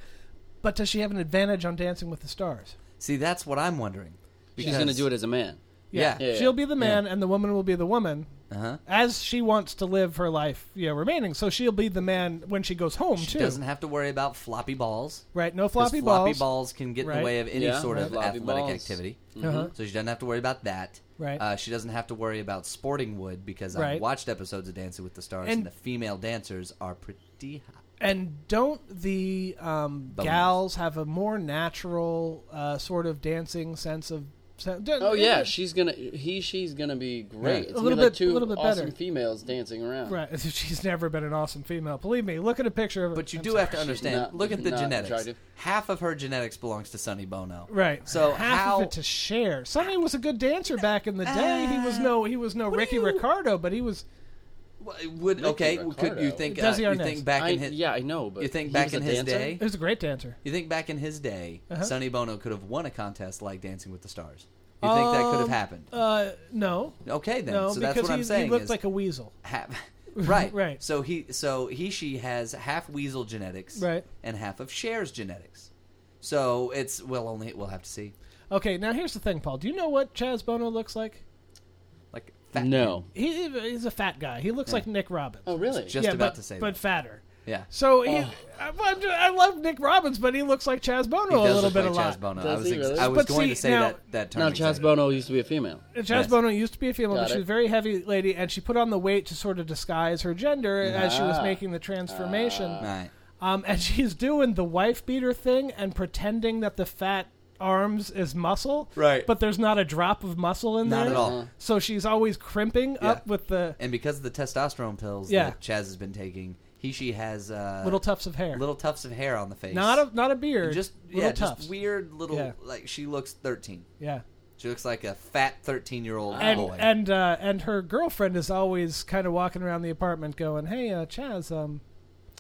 But does she have an advantage on Dancing with the Stars?
See, that's what I'm wondering.
She's gonna do it as a man.
Yeah.
Yeah.
She'll be the man, and the woman will be the woman,
Uh-huh.
as she wants to live her life, you know, remaining. So she'll be the man when she goes home
She
too,
doesn't have to worry about floppy balls.
right? No
'cause
floppy,
floppy
balls,
can get in
Right.
the way of any
Yeah,
sort
right.
of
Floppy
athletic
balls.
activity.
Uh-huh.
So she doesn't have to worry about that.
Right.
Uh, she doesn't have to worry about sporting wood because
Right.
I've watched episodes of Dancing with the Stars and,
And-
the female dancers are pretty hot.
And don't the um,
Bones.
gals have a more natural uh, sort of dancing sense of? eh, sen-
Oh yeah, she's gonna he she's gonna be great. It's gonna
little
be like
bit- a
two
little bit
awesome
better.
females dancing around.
Right. She's never been an awesome female. Believe me. Look at a picture of her.
But you
I'm
do
sorry.
have to understand.
not-
look at the
not
genetics.
attractive.
Half of her genetics belongs to Sonny Bono.
Right.
So
half
how
of it to share. Sonny was a good dancer back in the day. He was no he was no Ricky Ricardo, but he was
w- would okay? Could
Ricardo.
you think? Uh,
Desi
you
Arnaz.
think back
I,
in his?
yeah, I know, but
You think
he
back
was a
in his
dancer?
day?
he was a great dancer.
You think back in his day,
Uh-huh.
Sonny Bono could have won a contest like Dancing with the Stars? You think that could have
Um,
happened?
Uh no.
okay, then.
no,
so
because
that's what
he,
I'm
he
saying.
looked
is
like a weasel.
half, right,
Right.
So he, so he, she has half weasel genetics,
Right.
and half of Cher's genetics. So it's well, only we'll have to see.
Okay, now here's the thing, Paul. Do you know what Chaz Bono looks like?
Like fat
No.
He, he's a fat guy. He looks like Nick Robbins.
Oh really?
just
yeah,
about
but,
to say
but
that. Oh.
fatter.
yeah.
So he, I, I'm ju- I love Nick Robbins, but he looks like Chaz Bono
He
a
does
little
look
bit
like
a lot.
Chaz Bono. I
Does
was,
he
ex-
really?
I was
But
going
see,
to say
now-
that that term.
Now Chaz
exactly.
Bono used to be a female.
And Chaz
Yes.
Bono used to be a female, but
Got
she
it.
was a very heavy lady, and she put on the weight to sort of disguise her gender as she was
Ah.
making the transformation.
Right.
Um, and she's doing the wife beater thing and pretending that the fat arms is muscle,
Right.
But there's not a drop of muscle in
Not
there
at all.
So she's always crimping up
Yeah.
with the
And because of the testosterone pills
Yeah.
that Chaz has been taking, he she has uh,
little tufts of hair,
little tufts of hair on the face.
not a not a beard,
just
little
yeah,
tufts,
just weird little
Yeah.
like she looks thirteen.
yeah.
She looks like a fat thirteen year old
and
Oh, boy.
and uh, and her girlfriend is always kind of walking around the apartment going, "Hey, uh, Chaz, um,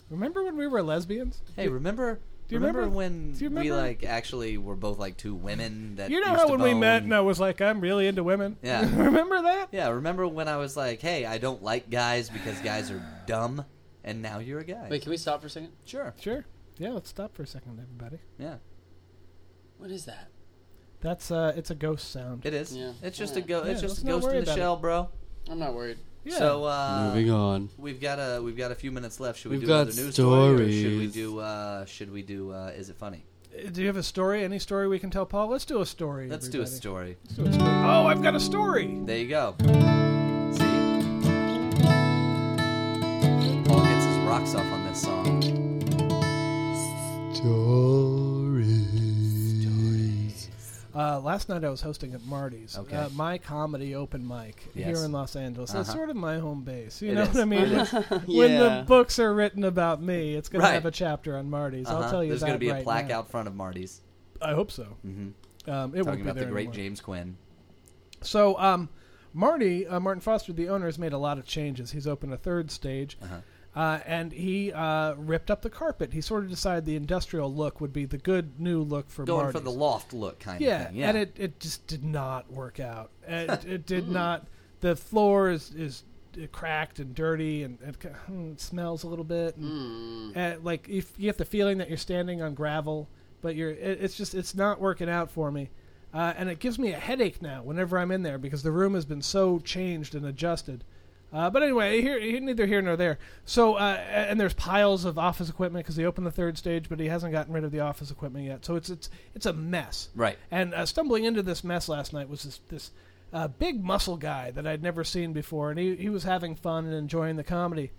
remember when we were lesbians?
hey, remember?
Do you
remember,
remember-
when
do you
we
remember-
like actually were both like two women that
You know
used
how
to
when we
bone?
met and I was like, I'm really into women.
Yeah.
remember that?
yeah, remember when I was like, hey, I don't like guys because guys are dumb, and now you're a guy.
Wait, can we stop for a second?
sure,
Sure. Yeah, let's stop for a second, everybody.
yeah,
What is that?
That's uh, it's a ghost sound.
it is.
Yeah.
It's just a
Yeah.
go.
Yeah,
it's just
let's
a
not
ghost
worry
in the
about it.
shell, bro.
I'm not worried.
yeah.
So uh,
on.
We've got a we've got a few minutes left. Should we
We've
do
got
another news story? Or should we
stories.
do uh, should we do uh, is it funny?
Uh, do you have a story? Any story we can tell, Paul? Let's do a story.
Let's do a
everybody.
story.
Let's do a story. Oh, I've got a story.
There you go. See, Paul gets his rocks off on this song.
Uh, last night I was hosting at Marty's,
Okay.
uh, my comedy open mic
Yes.
here in Los Angeles. It's
Uh-huh.
sort of my home base. You
It
know
is.
what I mean?
It is.
When the books are written about me, it's going
Right.
to have a chapter on Marty's.
Uh-huh.
I'll tell you
There's
that
gonna be
right
a plaque
now.
out front of Marty's
I hope so.
Mhm.
Um, it won't
talking
be
about the
there
great
anymore.
James Quinn.
So, um, Marty, uh, Martin Foster, the owner, has made a lot of changes. He's opened a third stage,
Uh-huh.
uh, and he uh, ripped up the carpet. He sort of decided the industrial look would be the good new look for
Going
Marty's.
for the loft look kind
yeah,
of thing. Yeah,
and it, it just did not work out. It, it did
Hmm.
not. The floor is is cracked and dirty, and it, ca- hmm, it smells a little bit.
Hmm.
And, and, like if you get the feeling that you're standing on gravel, but you're it, it's just it's not working out for me. Uh, and it gives me a headache now whenever I'm in there because the room has been so changed and adjusted. Uh, but anyway, here, here- neither here nor there. So, uh, and there's piles of office equipment because he opened the third stage, but he hasn't gotten rid of the office equipment yet. So it's it's it's a mess.
Right.
And uh, stumbling into this mess last night was this this uh, big muscle guy that I'd never seen before, and he he was having fun and enjoying the comedy.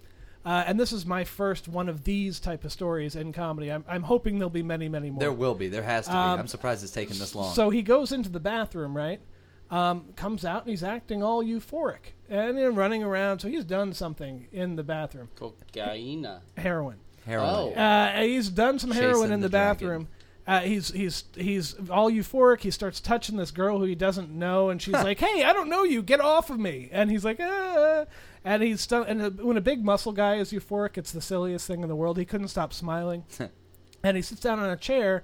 Uh, and this is my first one of these type of stories in comedy. I'm I'm hoping there'll be many many more.
there will be. There has to be. I'm surprised it's taken this long.
Um, So he goes into the bathroom, right? Um, comes out and he's acting all euphoric and then running around. So he's done something in the bathroom.
Cocaina.
Heroin.
Heroin.
Oh.
Uh, he's done some heroin
Chasing
in the,
the
bathroom.
dragon.
Uh, he's he's he's all euphoric. He starts touching this girl who he doesn't know, and she's like, "Hey, I don't know you. Get off of me!" And he's like, "Ah." And he's stu- and uh, when a big muscle guy is euphoric, it's the silliest thing in the world. He couldn't stop smiling, and he sits down on a chair.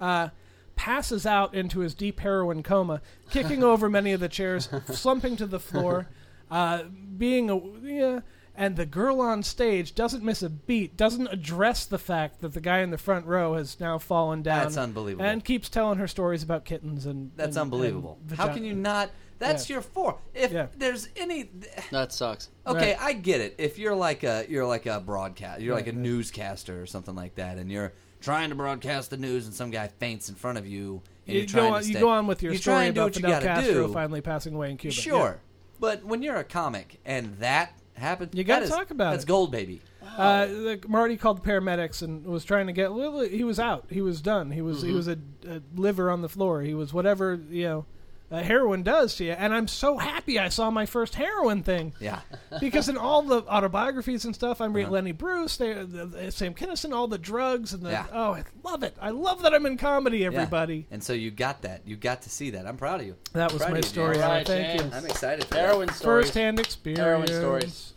Uh, passes out into his deep heroin coma, kicking over many of the chairs, slumping to the floor, uh, being a yeah, and the girl on stage doesn't miss a beat, doesn't address the fact that the guy in the front row has now fallen down.
That's unbelievable.
And keeps telling her stories about kittens and
That's
and-
unbelievable.
and
How
vagi-
can you not? That's your four. If
Yeah.
there's any,
That sucks.
okay,
Right.
I get it. If you're like a you're like a broadcast, you're like a
Right, right.
newscaster or something like that, and you're trying to broadcast the news, and some guy faints in front of you, and
You
you're trying
go,
to
on, you
stay-
go on with your
you try
story
and do
about
what you
Fidel
gotta
Castro
do.
finally passing away in Cuba.
Sure, but when you're a comic and that happens,
You gotta
that is-
talk about
that's
it.
gold, baby.
Yeah. Uh, the, Marty called the paramedics and was trying to get. Well, he was out. He was done. He was he was a, a liver on the floor. He was whatever you know. Uh, heroin does to you, and I'm so happy I saw my first heroin thing.
Yeah,
because in all the autobiographies and stuff, I'm reading Lenny Bruce, they, the, the, Sam Kinison, all the drugs, and the
Yeah.
oh, I love it. I love that I'm in comedy.
Yeah.
Everybody,
And so you got that. You got to see that. I'm proud of you.
that was
Proud
my
of you,
story.
dude.
Alan.
Alright,
Thank you.
James.
I'm excited. For
Heroin stories.
First-hand experience.
Heroin stories.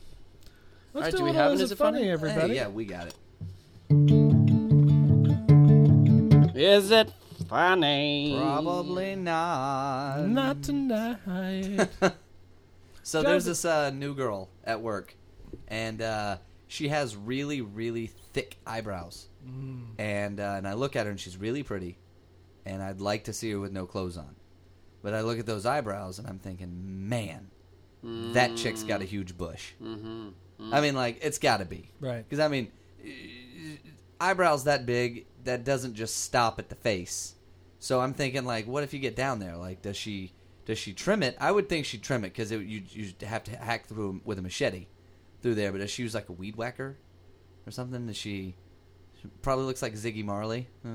Let's
Alright,
do,
do we
a
have
little
an
Is
Is
It
It Funny?
Funny,
Hey,
that.
everybody.
Hey, yeah, we got it.
Is it funny?
Probably not.
Not tonight.
So
Joseph-
there's this uh, new girl at work, and uh, she has really, really thick eyebrows. And uh, and I look at her, and she's really pretty, and I'd like to see her with no clothes on, but I look at those eyebrows, and I'm thinking, man, that chick's got a huge bush. Mm-hmm. I mean, like it's got to be
Right.
because I mean, uh, eyebrows that big that doesn't just stop at the face. So I'm thinking like, what if you get down there? Like, does she does she trim it? I would think she'd trim it because you you have to hack through with a machete through there. But does she use like a weed whacker or something? Does she, she probably looks like Ziggy Marley? Huh?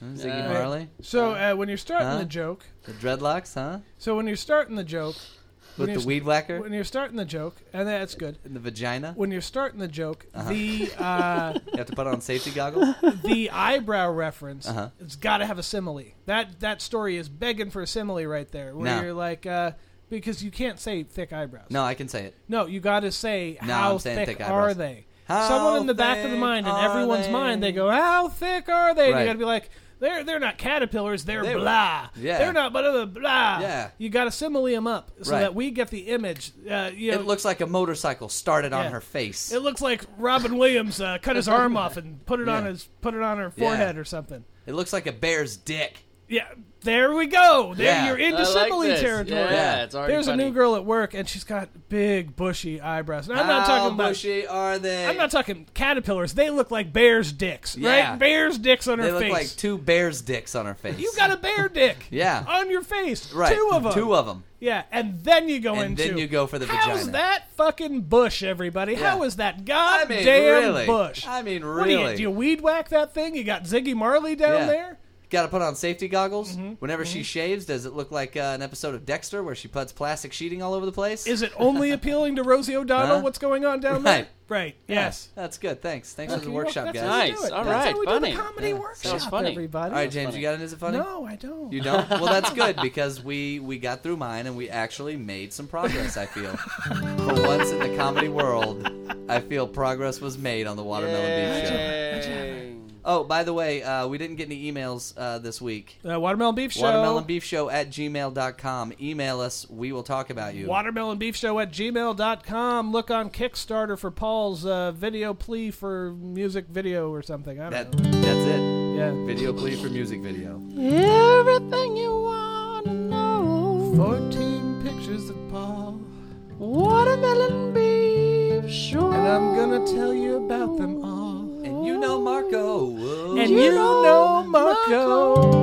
Huh? Ziggy
Yeah.
Marley,
So uh, when you're starting
Huh?
the joke,
the dreadlocks, huh?
so when you're starting the joke,
With
When
the
you-
weed whacker
when you're starting the joke, and that's good.
in the vagina.
When you're starting the joke,
Uh-huh.
the uh,
You have to put on safety goggles.
the eyebrow reference
Uh-huh.
it's got to have a simile that that story is begging for a simile right there where
No.
you're like uh, because you can't say thick eyebrows
No, I can say it.
no you got to say
No,
how
I'm saying
thick,
thick
are
eyebrows.
they
How
someone in the back of the
thick
mind in
are
everyone's
they?
mind they go how thick are they and
Right.
you got to be like they're, they're not caterpillars. They're
They-
blah.
yeah.
They're not blah blah blah.
Yeah.
You got to simile them up so
Right.
that we get the image. Uh, you know,
It looks like a motorcycle started on
Yeah.
her face.
it looks like Robin Williams uh, cut his arm off and put it on
Yeah.
his put it on her forehead or something.
It looks like a bear's dick.
Yeah, there we go. There
Yeah.
you're
I
into
like
simile
this.
territory.
Yeah,
Yeah.
it's already
There's a
funny.
new girl at work, and she's got big bushy eyebrows. And I'm not talking
How
about.
bushy are they?
I'm not talking caterpillars. They look like bears' dicks,
Yeah.
right? Bears' dicks on
They
her
look
face.
like two bear's dicks on her face.
you got a bear dick.
Yeah.
On your face,
right.
two of them.
Two of them.
Yeah, and then you go
And
into.
then you go for the
How's
vagina.
that fucking bush, everybody?
Yeah.
How is that
I
goddamn
mean, really.
bush?
I mean,
What do
really.
you do? You weed whack that thing? You got Ziggy Marley down
Yeah.
there?
Got to put on safety goggles.
Mm-hmm.
Whenever she shaves, does it look like uh, an episode of Dexter where she puts plastic sheeting all over the place?
Is it only appealing to Rosie O'Donnell?
Huh?
What's going on down
Right.
there? Right.
Yeah,
Yes.
that's good. Thanks. Thanks for the
Okay,
workshop,
that's
guys.
how we do
Nice.
it.
All
That's
right,
How we
funny.
Do the comedy
Yeah.
workshop,
Sounds funny.
everybody.
All right, James, you got an is it funny?
No, I don't.
You don't? Well, that's good because we we got through mine and we actually made some progress. I feel for once in the comedy world, I feel progress was made on the Watermelon Beach Show. Oh, by the way, uh, we didn't get any emails uh, this week.
Uh, watermelon beef show.
Watermelon Beef Show at gmail.com. Email us. We will talk about you.
Watermelon beef show at gmail.com. Look on Kickstarter for Paul's uh, video plea for music video or something. I
that,
don't know.
that's it.
Yeah.
Video plea for music video.
Everything you want to know.
14 pictures of Paul,
Watermelon beef sure.
and I'm going to tell you about them all.
And you know Marco. Whoa.
And you know Marco.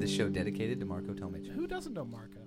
This show dedicated to Marco Tomich.
Who doesn't know Marco?